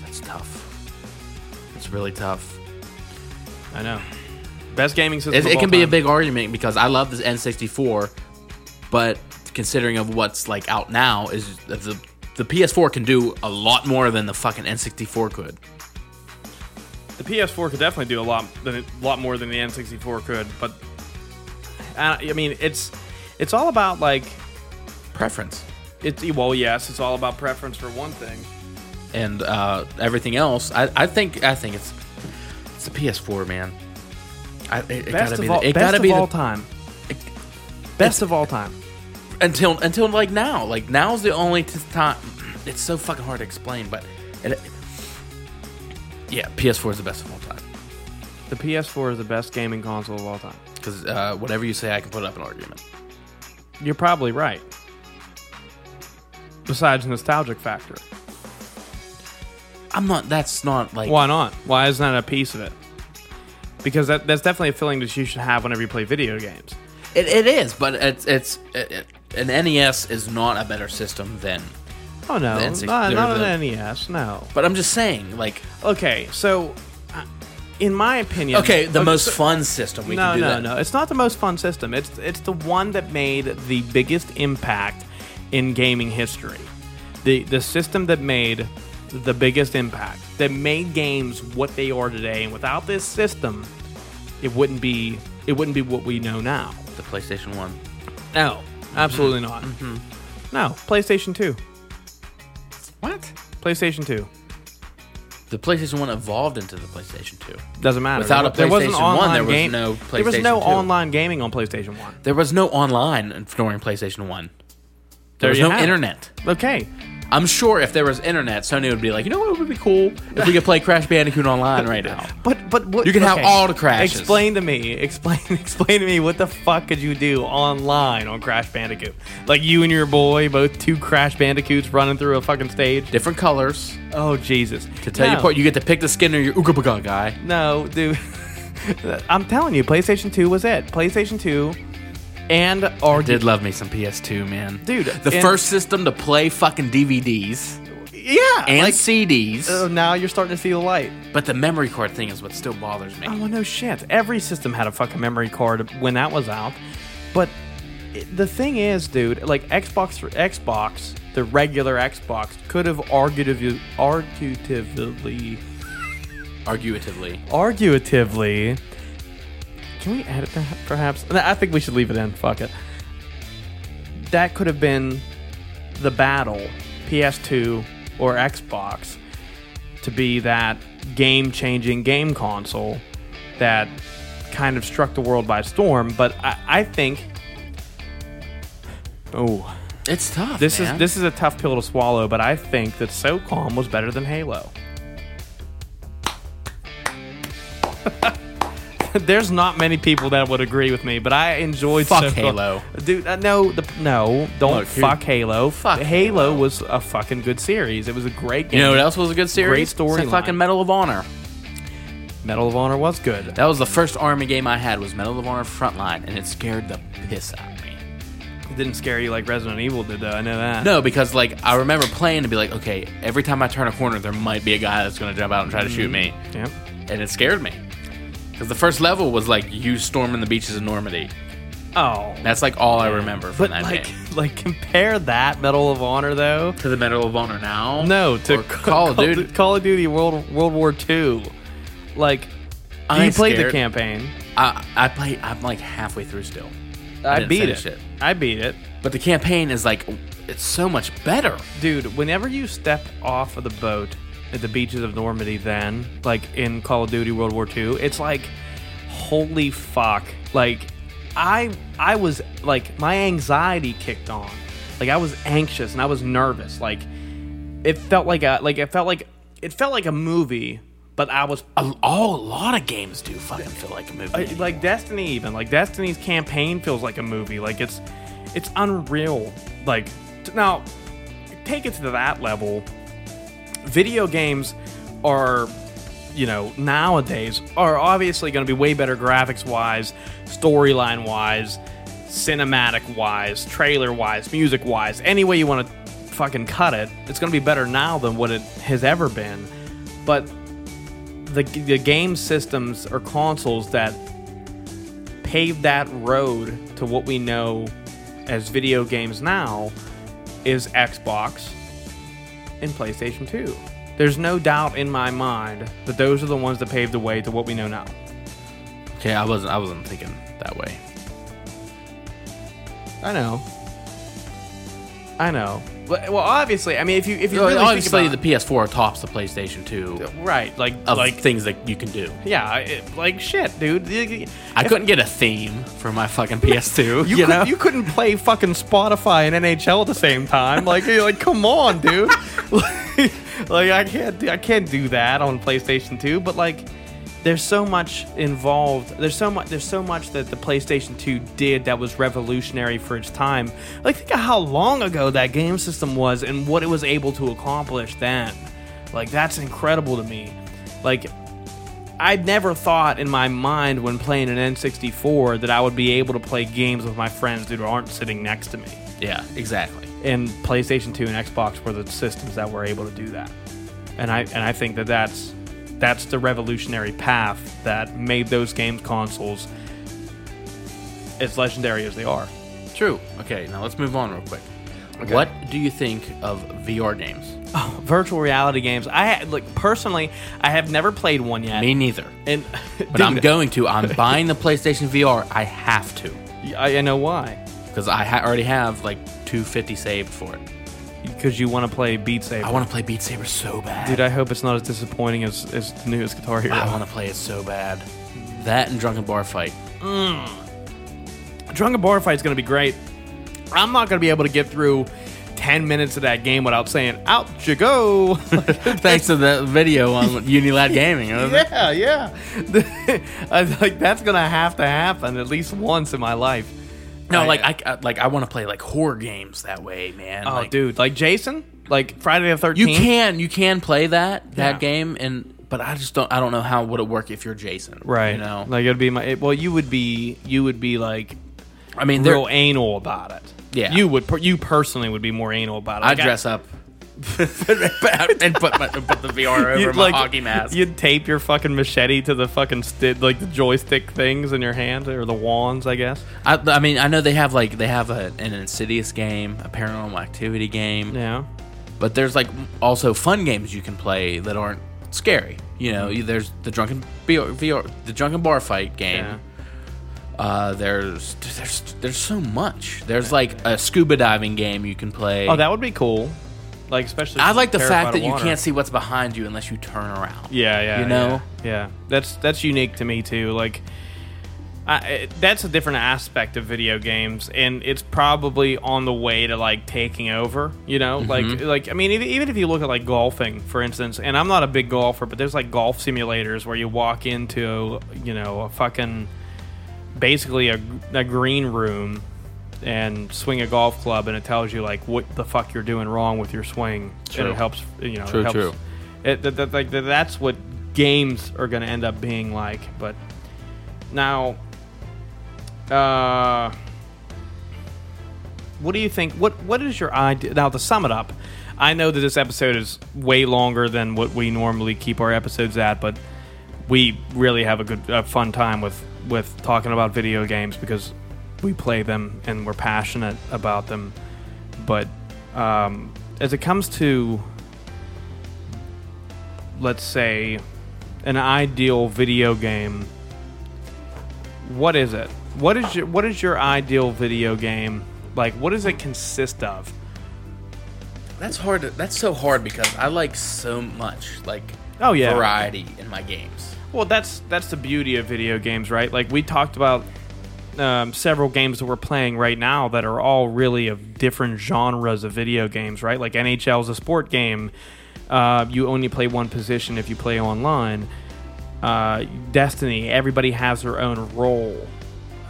[SPEAKER 3] That's tough. It's really tough.
[SPEAKER 2] i know best gaming system
[SPEAKER 3] It,
[SPEAKER 2] of
[SPEAKER 3] it
[SPEAKER 2] all
[SPEAKER 3] can be a
[SPEAKER 2] time.
[SPEAKER 3] big argument because I love this N64, but considering of what's like out now is that the the PS4 can do a lot more than the fucking N64 could.
[SPEAKER 2] the PS4 could definitely do a lot than a lot more than the N64 could, but uh, I, I mean it's it's all about like
[SPEAKER 3] Preference.
[SPEAKER 2] it's well yes it's all about preference for one thing.
[SPEAKER 3] and uh, everything else. I, I think I think it's it's the PS4, man. I, it, it
[SPEAKER 2] Best
[SPEAKER 3] gotta be
[SPEAKER 2] of
[SPEAKER 3] the-
[SPEAKER 2] all,
[SPEAKER 3] it
[SPEAKER 2] best
[SPEAKER 3] gotta
[SPEAKER 2] of
[SPEAKER 3] be
[SPEAKER 2] all
[SPEAKER 3] the,
[SPEAKER 2] time. Best of all time.
[SPEAKER 3] until until like now. Like now's the only t- time. It's so fucking hard to explain, but it, yeah, PS4 is the best of all time
[SPEAKER 2] The PS4 is the best gaming console of all time.
[SPEAKER 3] because uh, whatever you say, I can put up an argument.
[SPEAKER 2] You're probably right. Besides nostalgic factor,
[SPEAKER 3] I'm not. That's not like
[SPEAKER 2] why not? Why isn't that a piece of it? Because that, that's definitely a feeling that you should have whenever you play video games.
[SPEAKER 3] it, it is, but it's it's it, it, an NES is not a better system than.
[SPEAKER 2] Oh no,
[SPEAKER 3] The N64
[SPEAKER 2] not, not
[SPEAKER 3] the-
[SPEAKER 2] an NES. E No.
[SPEAKER 3] But I'm just saying, like,
[SPEAKER 2] Okay, so uh, in my opinion,
[SPEAKER 3] okay, the
[SPEAKER 2] Oh,
[SPEAKER 3] most
[SPEAKER 2] so-
[SPEAKER 3] fun system we
[SPEAKER 2] no,
[SPEAKER 3] can do
[SPEAKER 2] no,
[SPEAKER 3] that.
[SPEAKER 2] no. It's not the most fun system. It's it's the one that made the biggest impact in gaming history. The the system that made the biggest impact that made games what they are today. And without this system, it wouldn't be it wouldn't be what we know now.
[SPEAKER 3] The PlayStation One.
[SPEAKER 2] No,
[SPEAKER 3] Mm-hmm.
[SPEAKER 2] absolutely not. No, PlayStation Two,
[SPEAKER 3] What?
[SPEAKER 2] PlayStation Two.
[SPEAKER 3] The PlayStation One evolved into the PlayStation Two.
[SPEAKER 2] Doesn't matter.
[SPEAKER 3] Without a
[SPEAKER 2] There wasn't
[SPEAKER 3] PlayStation 1, there
[SPEAKER 2] online
[SPEAKER 3] was
[SPEAKER 2] game-
[SPEAKER 3] no
[SPEAKER 2] There was
[SPEAKER 3] PlayStation
[SPEAKER 2] no
[SPEAKER 3] 2.
[SPEAKER 2] online gaming on PlayStation One.
[SPEAKER 3] There was no online during PlayStation One.
[SPEAKER 2] There
[SPEAKER 3] There, was
[SPEAKER 2] you
[SPEAKER 3] no
[SPEAKER 2] have it.
[SPEAKER 3] internet.
[SPEAKER 2] Okay,
[SPEAKER 3] I'm sure if there was internet, Sony would be like, you know what would be cool if we could play Crash Bandicoot online right now.
[SPEAKER 2] But but what,
[SPEAKER 3] You can have all the crashes.
[SPEAKER 2] Explain to me. Explain explain to me what the fuck could you do online on Crash Bandicoot? Like you and your boy, both two Crash Bandicoots running through a fucking stage.
[SPEAKER 3] Different colors
[SPEAKER 2] Oh Jesus!
[SPEAKER 3] to tell you
[SPEAKER 2] No.
[SPEAKER 3] apart. You get to pick the skin of your Ooga Booga guy.
[SPEAKER 2] No, dude. I'm telling you, PlayStation 2 was it. PlayStation 2 and our
[SPEAKER 3] Did love me some PS2, man,
[SPEAKER 2] Dude,
[SPEAKER 3] The
[SPEAKER 2] and-
[SPEAKER 3] first system to play fucking DVDs
[SPEAKER 2] yeah.
[SPEAKER 3] and
[SPEAKER 2] like,
[SPEAKER 3] CDs,
[SPEAKER 2] oh, now you're starting to see the light.
[SPEAKER 3] but the memory card thing is what still bothers me.
[SPEAKER 2] Oh well, no shit. Every system had a fucking memory card when that was out. But it- the thing is, dude, like Xbox Xbox, the regular Xbox could have arguably, arguably,
[SPEAKER 3] Arguatively,
[SPEAKER 2] arguatively. Can we edit that? Perhaps. No, I think we should leave it in. Fuck it. That could have been the battle, PS2 or Xbox, to be that game-changing game console that kind of struck the world by storm. But I, I think, oh,
[SPEAKER 3] it's tough.
[SPEAKER 2] this
[SPEAKER 3] man.
[SPEAKER 2] is this is a tough pill to swallow. But I think that SOCOM was better than Halo. There's not many people that would agree with me, but I enjoyed
[SPEAKER 3] Fuck
[SPEAKER 2] SOCOM.
[SPEAKER 3] Halo.
[SPEAKER 2] dude. Uh, no, the, no, don't
[SPEAKER 3] Look, here-
[SPEAKER 2] fuck Halo.
[SPEAKER 3] Fuck
[SPEAKER 2] Halo, was a fucking good series. It was a great game.
[SPEAKER 3] You know what else was a good series?
[SPEAKER 2] Great story
[SPEAKER 3] Some Fucking
[SPEAKER 2] line.
[SPEAKER 3] Medal of Honor.
[SPEAKER 2] Medal of Honor was good.
[SPEAKER 3] That was the first army game I had was Medal of Honor Frontline, and it scared the piss out of me.
[SPEAKER 2] It didn't scare you like Resident Evil did, though. I know that.
[SPEAKER 3] No, because like I remember playing and be like, okay, every time I turn a corner, there might be a guy that's gonna jump out and try to shoot me,
[SPEAKER 2] Yep.
[SPEAKER 3] Mm-hmm. and it scared me. Because the first level was like you storming the beaches of Normandy,
[SPEAKER 2] Oh,
[SPEAKER 3] That's like all I remember from
[SPEAKER 2] but
[SPEAKER 3] that
[SPEAKER 2] like,
[SPEAKER 3] game.
[SPEAKER 2] like compare that Medal of Honor though.
[SPEAKER 3] To the Medal of Honor now?
[SPEAKER 2] No, to
[SPEAKER 3] Or Call of Duty.
[SPEAKER 2] Call of Duty World World War II. Like,
[SPEAKER 3] I
[SPEAKER 2] you
[SPEAKER 3] ain't
[SPEAKER 2] played the
[SPEAKER 3] scared.
[SPEAKER 2] campaign.
[SPEAKER 3] I, I play. I'm like halfway through still,
[SPEAKER 2] I,
[SPEAKER 3] didn't
[SPEAKER 2] beat it.
[SPEAKER 3] finish it.
[SPEAKER 2] I beat it,
[SPEAKER 3] but the campaign is like it's so much better.
[SPEAKER 2] dude. Whenever you step off of the boat at the beaches of Normandy, then like in Call of Duty World War II, it's like, holy fuck! Like, I I was like my anxiety kicked on. Like I was anxious and I was nervous. Like it felt like a like it felt like it felt like a movie, but I was
[SPEAKER 3] A, all a lot of games do fucking feel like a movie.
[SPEAKER 2] I- like Destiny even like Destiny's campaign feels like a movie like it's it's unreal like t- now take it to that level video games are you know nowadays are obviously going to be way better graphics wise storyline wise cinematic wise trailer wise music wise any way you want to fucking cut it it's going to be better now than what it has ever been but the, the game systems or consoles that paved that road to what we know as video games now is Xbox and PlayStation 2. There's no doubt in my mind that those are the ones that paved the way to what we know now.
[SPEAKER 3] okay, I wasn't. I wasn't thinking that way.
[SPEAKER 2] I know. I know. Well, well, obviously, I mean, if you if you
[SPEAKER 3] Well,
[SPEAKER 2] really
[SPEAKER 3] Obviously, the
[SPEAKER 2] think
[SPEAKER 3] PS4 tops the PlayStation 2
[SPEAKER 2] about, right, like
[SPEAKER 3] of
[SPEAKER 2] like
[SPEAKER 3] things that you can do.
[SPEAKER 2] yeah, it, like shit, dude. You-
[SPEAKER 3] I couldn't get a theme for my fucking PS2. You,
[SPEAKER 2] You, could,
[SPEAKER 3] know,
[SPEAKER 2] you couldn't play fucking Spotify and NHL at the same time. Like, you're like come on, dude. like, I can't, do- I can't do that on PlayStation Two. But like, there's so much involved. There's so much. There's so much that the PlayStation Two did that was revolutionary for its time. Like, think of how long ago that game system was and what it was able to accomplish then. Like, that's incredible to me. Like, I'd never thought in my mind when playing an N64 that I would be able to play games with my friends who aren't sitting next to me.
[SPEAKER 3] yeah, exactly.
[SPEAKER 2] And PlayStation 2 and Xbox were the systems that were able to do that. And I and I think that that's that's the revolutionary path that made those games consoles as legendary as they are.
[SPEAKER 3] True. Okay, now let's move on real quick. What do you think of VR games?
[SPEAKER 2] Virtual reality games. I ha- like personally, I have never played one yet.
[SPEAKER 3] Me neither.
[SPEAKER 2] and
[SPEAKER 3] But I'm going to. I'm buying the PlayStation VR. I have to
[SPEAKER 2] I, I know why.
[SPEAKER 3] because I ha- already have like 250 saved for it.
[SPEAKER 2] Because you want to play Beat Saber.
[SPEAKER 3] I want to play Beat Saber so bad.
[SPEAKER 2] Dude, I hope it's not as disappointing as, as the newest Guitar Hero.
[SPEAKER 3] I want to play it so bad. That and Drunken Bar Fight.
[SPEAKER 2] Drunken Bar Fight's going to be great. I'm not going to be able to get through 10 minutes of that game without saying, out you go.
[SPEAKER 3] Thanks to the video on Unilad Gaming.
[SPEAKER 2] yeah,
[SPEAKER 3] yeah.
[SPEAKER 2] yeah. I was like, that's going to have to happen at least once in my life.
[SPEAKER 3] No, like I, uh, I like I want to play like horror games that way, man.
[SPEAKER 2] Oh,
[SPEAKER 3] Like,
[SPEAKER 2] dude. Like Jason? Like Friday the 13th?
[SPEAKER 3] You can you can play that that
[SPEAKER 2] Yeah.
[SPEAKER 3] game and but I just don't I don't know how would it work if you're Jason.
[SPEAKER 2] Right.
[SPEAKER 3] You know.
[SPEAKER 2] Like it'd be my. It, well, you would be. You would be like
[SPEAKER 3] I mean, there
[SPEAKER 2] real anal about it.
[SPEAKER 3] Yeah.
[SPEAKER 2] You would. per- You personally would be more anal about it.
[SPEAKER 3] I
[SPEAKER 2] Like,
[SPEAKER 3] dress up and put my, put the VR over
[SPEAKER 2] You'd,
[SPEAKER 3] my
[SPEAKER 2] like,
[SPEAKER 3] hockey mask.
[SPEAKER 2] You'd tape your fucking machete to the fucking sti- like the joystick things in your hand or the wands, I guess.
[SPEAKER 3] I, I mean, I know they have like they have a, an Insidious game, a Paranormal Activity game,
[SPEAKER 2] Yeah.
[SPEAKER 3] but there's like also fun games you can play that aren't scary. You know,
[SPEAKER 2] Mm-hmm.
[SPEAKER 3] you- there's the drunken VR, VR the drunken bar fight game.
[SPEAKER 2] Yeah.
[SPEAKER 3] Uh, there's there's there's so much. There's like a scuba diving game you can play.
[SPEAKER 2] Oh, that would be cool. Like especially.
[SPEAKER 3] I like the
[SPEAKER 2] terrified
[SPEAKER 3] fact
[SPEAKER 2] of
[SPEAKER 3] that you
[SPEAKER 2] water.
[SPEAKER 3] can't see what's behind you unless you turn around.
[SPEAKER 2] Yeah, yeah.
[SPEAKER 3] you know?
[SPEAKER 2] Yeah, yeah. that's that's unique to me too. Like. I, it, that's a different aspect of video games, and it's probably on the way to like taking over. You know,
[SPEAKER 3] Mm-hmm.
[SPEAKER 2] like like I mean, even, even if you look at like golfing, for instance, and I'm not a big golfer, but there's like golf simulators where you walk into you know a fucking basically a, a green room and swing a golf club and it tells you like what the fuck you're doing wrong with your swing and it helps you know
[SPEAKER 3] True,
[SPEAKER 2] it helps,
[SPEAKER 3] true.
[SPEAKER 2] It, that, that, like, that- that's what games are going to end up being like but now uh what do you think what what is your idea now to sum it up i know that this episode is way longer than what we normally keep our episodes at but we really have a good a fun time with with talking about video games because we play them and we're passionate about them. But um, as it comes to, let's say, an ideal video game, what is it? What is your what is your ideal video game? Like, what does it consist of?
[SPEAKER 3] That's hard. To, that's so hard because I like so much like
[SPEAKER 2] Oh, yeah.
[SPEAKER 3] variety in my games.
[SPEAKER 2] Well, that's that's the beauty of video games, right? Like we talked about um, several games that we're playing right now that are all really of different genres of video games, right? Like NHL is a sport game. Uh, you only play one position if you play online. Uh, Destiny, everybody has their own role.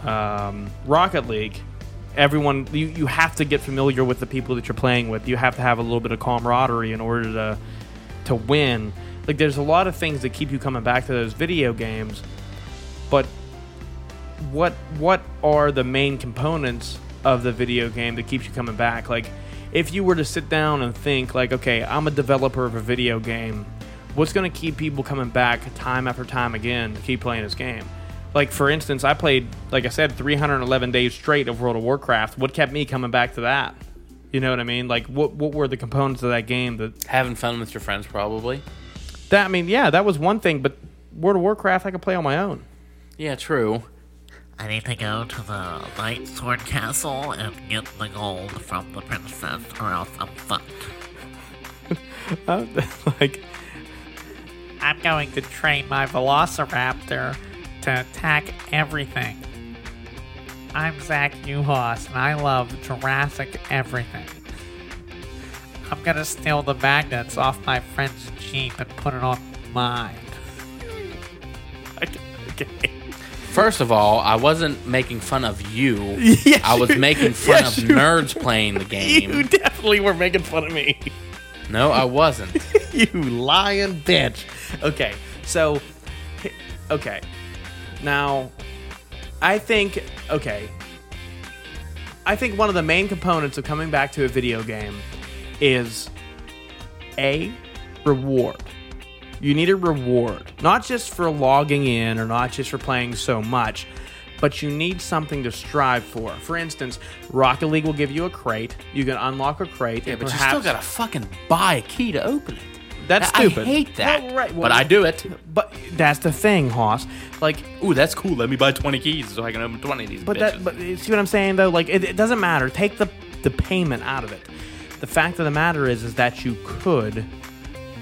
[SPEAKER 2] Um, Rocket League, everyone you, you have to get familiar with the people that you're playing with. You have to have a little bit of camaraderie in order to to win. Like there's a lot of things that keep you coming back to those video games, but what what are the main components of the video game that keeps you coming back? Like if you were to sit down and think like, okay, I'm a developer of a video game, what's going to keep people coming back time after time again to keep playing this game? Like for instance, I played like I said 311 days straight of World of Warcraft. What kept me coming back to that? You know what I mean? Like what what were the components of that game that
[SPEAKER 3] Having fun with your friends probably.
[SPEAKER 2] that I mean, yeah, that was one thing, but World of Warcraft I could play on my own.
[SPEAKER 3] Yeah, true.
[SPEAKER 5] I need to go to the Light Sword Castle and get the gold from the princess, or else I'm fucked.
[SPEAKER 2] Uh, like
[SPEAKER 6] I'm going to train my velociraptor to attack everything. I'm Zach Uhas, and I love Jurassic everything. I'm gonna steal the magnets off my friend's Jeep and put it on mine.
[SPEAKER 3] First of all, I wasn't making fun of you. I was making fun of nerds playing the game.
[SPEAKER 2] definitely were making fun of me.
[SPEAKER 3] No, I wasn't.
[SPEAKER 2] you lying bitch. Okay, so okay. Now I think okay. I think one of the main components of coming back to a video game is a reward. You need a reward, not just for logging in or not just for playing so much, but you need something to strive for. For instance, Rocket League will give you a crate. You can unlock a crate.
[SPEAKER 3] Yeah, but you still gotta fucking buy a key to open it.
[SPEAKER 2] That's
[SPEAKER 3] I-
[SPEAKER 2] stupid.
[SPEAKER 3] I hate that.
[SPEAKER 2] Well, right, well-
[SPEAKER 3] but I do it.
[SPEAKER 2] But that's the thing, Hoss. Like,
[SPEAKER 3] Ooh, that's cool. Let me buy 20 keys so I can open 20 of these
[SPEAKER 2] but that,
[SPEAKER 3] bitches.
[SPEAKER 2] but see what I'm saying though. Like, it, it doesn't matter. Take the the payment out of it. The fact of the matter is, is that you could,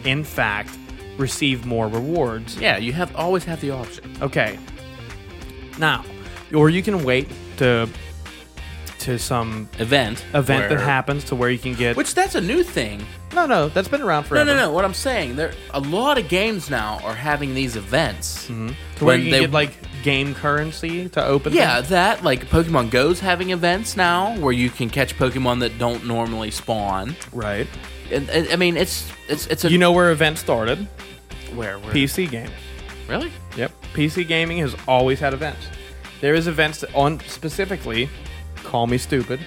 [SPEAKER 2] in fact, receive more rewards.
[SPEAKER 3] yeah, you have always have the option.
[SPEAKER 2] Okay. Now, or you can wait to to some
[SPEAKER 3] Event.
[SPEAKER 2] event
[SPEAKER 3] where-
[SPEAKER 2] that happens to where you can get.
[SPEAKER 3] Which that's a new thing.
[SPEAKER 2] no, no, that's been around
[SPEAKER 3] No,
[SPEAKER 2] forever.
[SPEAKER 3] no, no. What I'm saying, there a lot of games now are having these events.
[SPEAKER 2] To where you
[SPEAKER 3] When
[SPEAKER 2] can
[SPEAKER 3] they-
[SPEAKER 2] get like game currency to open.
[SPEAKER 3] Yeah,
[SPEAKER 2] them.
[SPEAKER 3] that like Pokemon Go's having events now where you can catch Pokemon that don't normally spawn.
[SPEAKER 2] Right.
[SPEAKER 3] And, and- I mean, it's it's it's a
[SPEAKER 2] You know where events started?
[SPEAKER 3] where, where
[SPEAKER 2] PC gaming.
[SPEAKER 3] really
[SPEAKER 2] Yep. PC gaming has always had events. There is events that on specifically, call me stupid,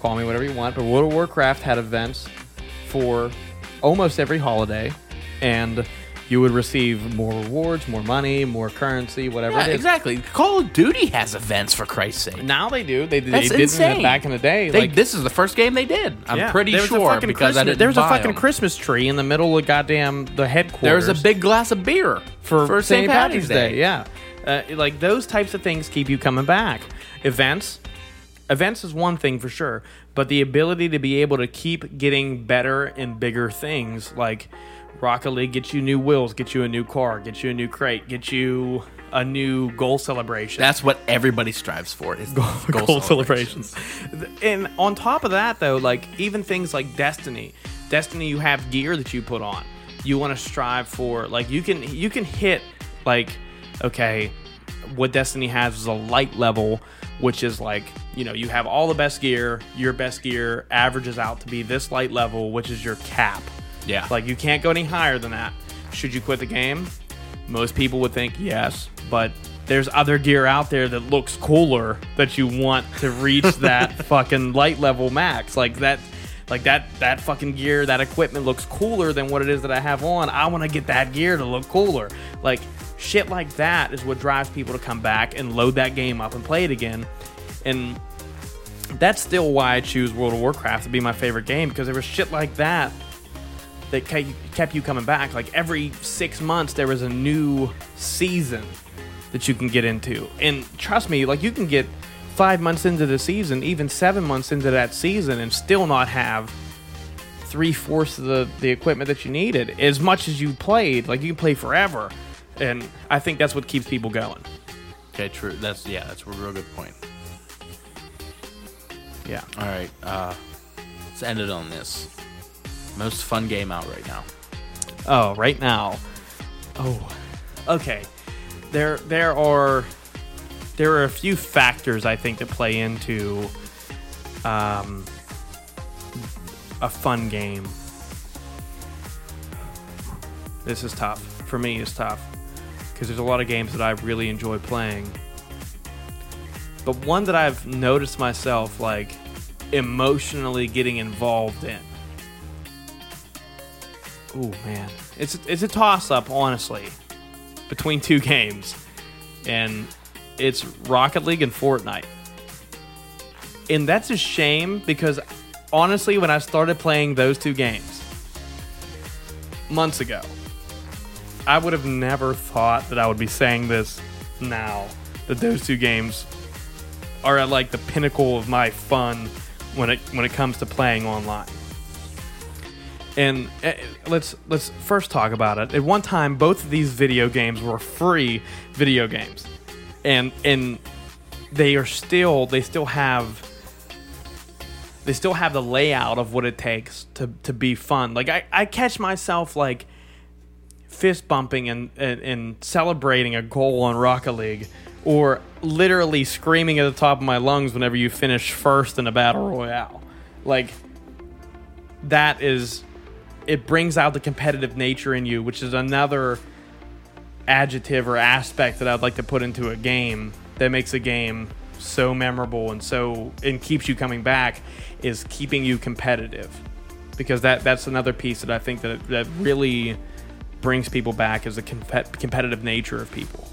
[SPEAKER 2] call me whatever you want, but World of Warcraft had events for almost every holiday, and you would receive more rewards, more money, more currency, whatever
[SPEAKER 3] yeah,
[SPEAKER 2] it is.
[SPEAKER 3] exactly. Call of Duty has events for Christ's sake.
[SPEAKER 2] Now they do. They, they
[SPEAKER 3] That's
[SPEAKER 2] didn't
[SPEAKER 3] insane.
[SPEAKER 2] back in the day.
[SPEAKER 3] They,
[SPEAKER 2] like,
[SPEAKER 3] this is the first game they did. I'm
[SPEAKER 2] yeah,
[SPEAKER 3] pretty
[SPEAKER 2] there was a
[SPEAKER 3] sure
[SPEAKER 2] fucking
[SPEAKER 3] because I
[SPEAKER 2] Christmas-
[SPEAKER 3] didn't
[SPEAKER 2] there was a
[SPEAKER 3] buy
[SPEAKER 2] fucking
[SPEAKER 3] 'em.
[SPEAKER 2] Christmas tree in the middle of goddamn the
[SPEAKER 3] There
[SPEAKER 2] headquarters.
[SPEAKER 3] was a big glass of beer
[SPEAKER 2] for, St. Patrick's Day. Yeah, uh, like those types of things keep you coming back. Events, events is one thing for sure, but the ability to be able to keep getting better and bigger things like Rocket League gets you new wheels, gets you a new car, gets you a new crate, gets you a new goal celebration.
[SPEAKER 3] That's what everybody strives for is goal,
[SPEAKER 2] goal, celebrations. And on top of that, though, like even things like Destiny, Destiny, you have gear that you put on. You want to strive for like you can you can hit like okay, what Destiny has is a light level, which is like you know you have all the best gear. Your best gear averages out to be this light level, which is your cap.
[SPEAKER 3] Yeah.
[SPEAKER 2] like you can't go any higher than that. Should you quit the game? Most people would think yes, but there's other gear out there that looks cooler that you want to reach that fucking light level max. Like that like that that fucking gear, that equipment looks cooler than what it is that I have on. I want to get that gear to look cooler. Like shit like that is what drives people to come back and load that game up and play it again. And that's still why I choose World of Warcraft to be my favorite game because there was shit like that that ke- kept you coming back. Like every six months, there was a new season that you can get into. And trust me, like you can get five months into the season, even seven months into that season, and still not have three fourths of the, the equipment that you needed as much as you played. Like you can play forever. And I think that's what keeps people going.
[SPEAKER 3] Okay, true. That's yeah, that's a real good point.
[SPEAKER 2] Yeah.
[SPEAKER 3] All right, uh, let's end it on this. Most fun game out right now.
[SPEAKER 2] Oh, right now. Oh, okay. There, there are, there are a few factors I think that play into, um, a fun game. This is tough for me. It's tough because there's a lot of games that I really enjoy playing. But one that I've noticed myself like emotionally getting involved in Ooh man, it's it's a toss up honestly between two games, and it's Rocket League and Fortnite, and that's a shame because honestly, when I started playing those two games months ago, I would have never thought that I would be saying this now that those two games are at like the pinnacle of my fun when it when it comes to playing online and uh, let's let's first talk about it. At one time, both of these video games were free video games, and and they are still they still have they still have the layout of what it takes to to be fun. Like I, I catch myself like fist bumping and, and and celebrating a goal on Rocket League, or literally screaming at the top of my lungs whenever you finish first in a battle royale. Like that is it brings out the competitive nature in you, which is another adjective or aspect that I'd like to put into a game that makes a game so memorable and so and keeps you coming back is keeping you competitive because that that's another piece that I think that that really brings people back is the compet- competitive nature of people.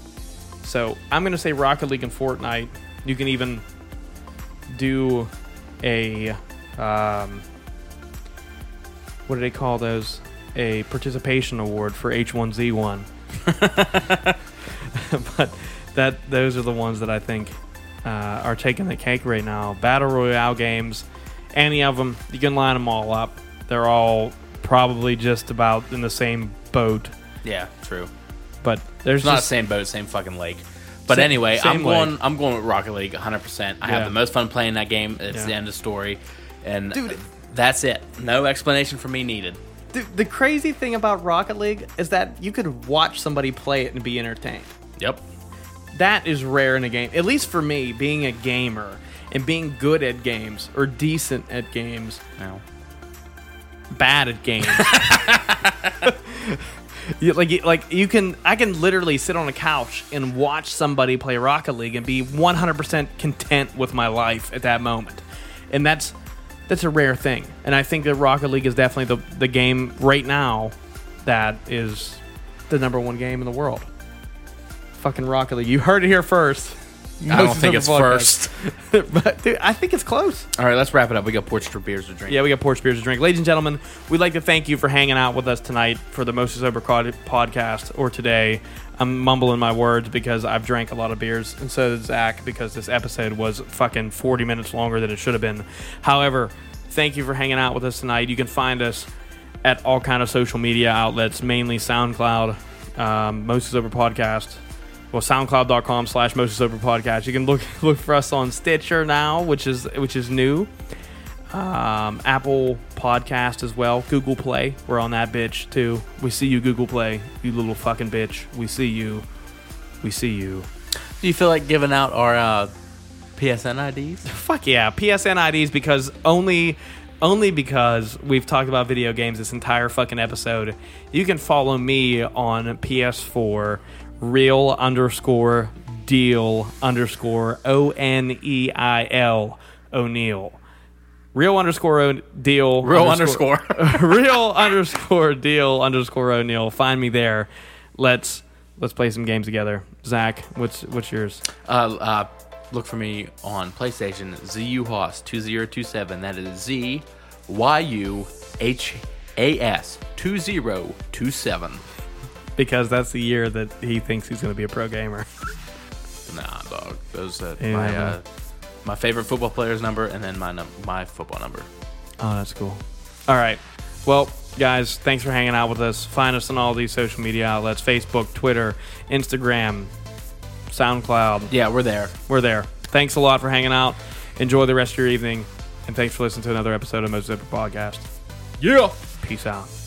[SPEAKER 2] So I'm gonna say Rocket League and Fortnite. You can even do a um, what do they call those? A participation award for H1Z1. but that those are the ones that I think uh, are taking the cake right now. Battle Royale games, any of them, you can line them all up. They're all probably just about in the same boat.
[SPEAKER 3] Yeah, true.
[SPEAKER 2] But there's
[SPEAKER 3] It's not the
[SPEAKER 2] just,
[SPEAKER 3] same boat, same fucking lake. But
[SPEAKER 2] Sa-
[SPEAKER 3] anyway,
[SPEAKER 2] same
[SPEAKER 3] I'm going.
[SPEAKER 2] lake.
[SPEAKER 3] I'm going with Rocket League 100. percent I
[SPEAKER 2] Yeah.
[SPEAKER 3] have the most fun playing that game. It's the
[SPEAKER 2] Yeah.
[SPEAKER 3] end of the story, and that's it. No explanation from me needed.
[SPEAKER 2] the, the crazy thing about Rocket League is that you could watch somebody play it and be entertained.
[SPEAKER 3] Yep.
[SPEAKER 2] that is rare in a game. At least for me, being a gamer and being good at games or decent at games,
[SPEAKER 3] No.
[SPEAKER 2] bad at games. You- like you- like you can I can literally sit on a couch and watch somebody play Rocket League and be 100% content with my life at that moment. And that's that's a rare thing. And I think that Rocket League is definitely the the game right now that is the number 1 game in the world. Fucking Rocket League. You heard it here first.
[SPEAKER 3] I don't think it's first.
[SPEAKER 2] but dude, I think it's close.
[SPEAKER 3] All right, let's wrap it up. We got Portugal beers to drink.
[SPEAKER 2] Yeah, we got porch beers to drink. Ladies and gentlemen, we'd like to thank you for hanging out with us tonight for the Mostly Sober Cod- podcast or today. I'm mumbling my words because I've drank a lot of beers, and so did Zach because this episode was fucking 40 minutes longer than it should have been. However, thank you for hanging out with us tonight. You can find us at all kind of social media outlets, mainly SoundCloud, um, Mostly Sober Podcast, well soundcloud.com slash mostly sober podcast you can look look for us on stitcher now which is which is new um, apple podcast as well google play we're on that bitch too we see you google play you little fucking bitch we see you we see you
[SPEAKER 3] Do you feel like giving out our uh, PSN IDs?
[SPEAKER 2] fuck yeah psn ids because only only because we've talked about video games this entire fucking episode you can follow me on ps4 real underscore deal underscore o-n-e-i-l o'neill real underscore o- deal
[SPEAKER 3] Real underscore.
[SPEAKER 2] real underscore deal underscore o'neill find me there let's let's play some games together zach what's what's yours
[SPEAKER 3] uh, uh, Look for me on PlayStation ZUHOS 2027. That is Z Y U H A S 2027.
[SPEAKER 2] because that's the year that he thinks he's going to be a pro gamer.
[SPEAKER 3] Nah, dog. Those uh,
[SPEAKER 2] Yeah,
[SPEAKER 3] my
[SPEAKER 2] man.
[SPEAKER 3] uh, my favorite football player's number, and then my num- my football number.
[SPEAKER 2] Oh, that's cool. All right. Well, guys, thanks for hanging out with us. Find us on all these social media outlets Facebook, Twitter, Instagram, SoundCloud.
[SPEAKER 3] Yeah, we're there.
[SPEAKER 2] We're there. Thanks a lot for hanging out. Enjoy the rest of your evening. And thanks for listening to another episode of Most Zipper Podcast. Yeah. Peace out.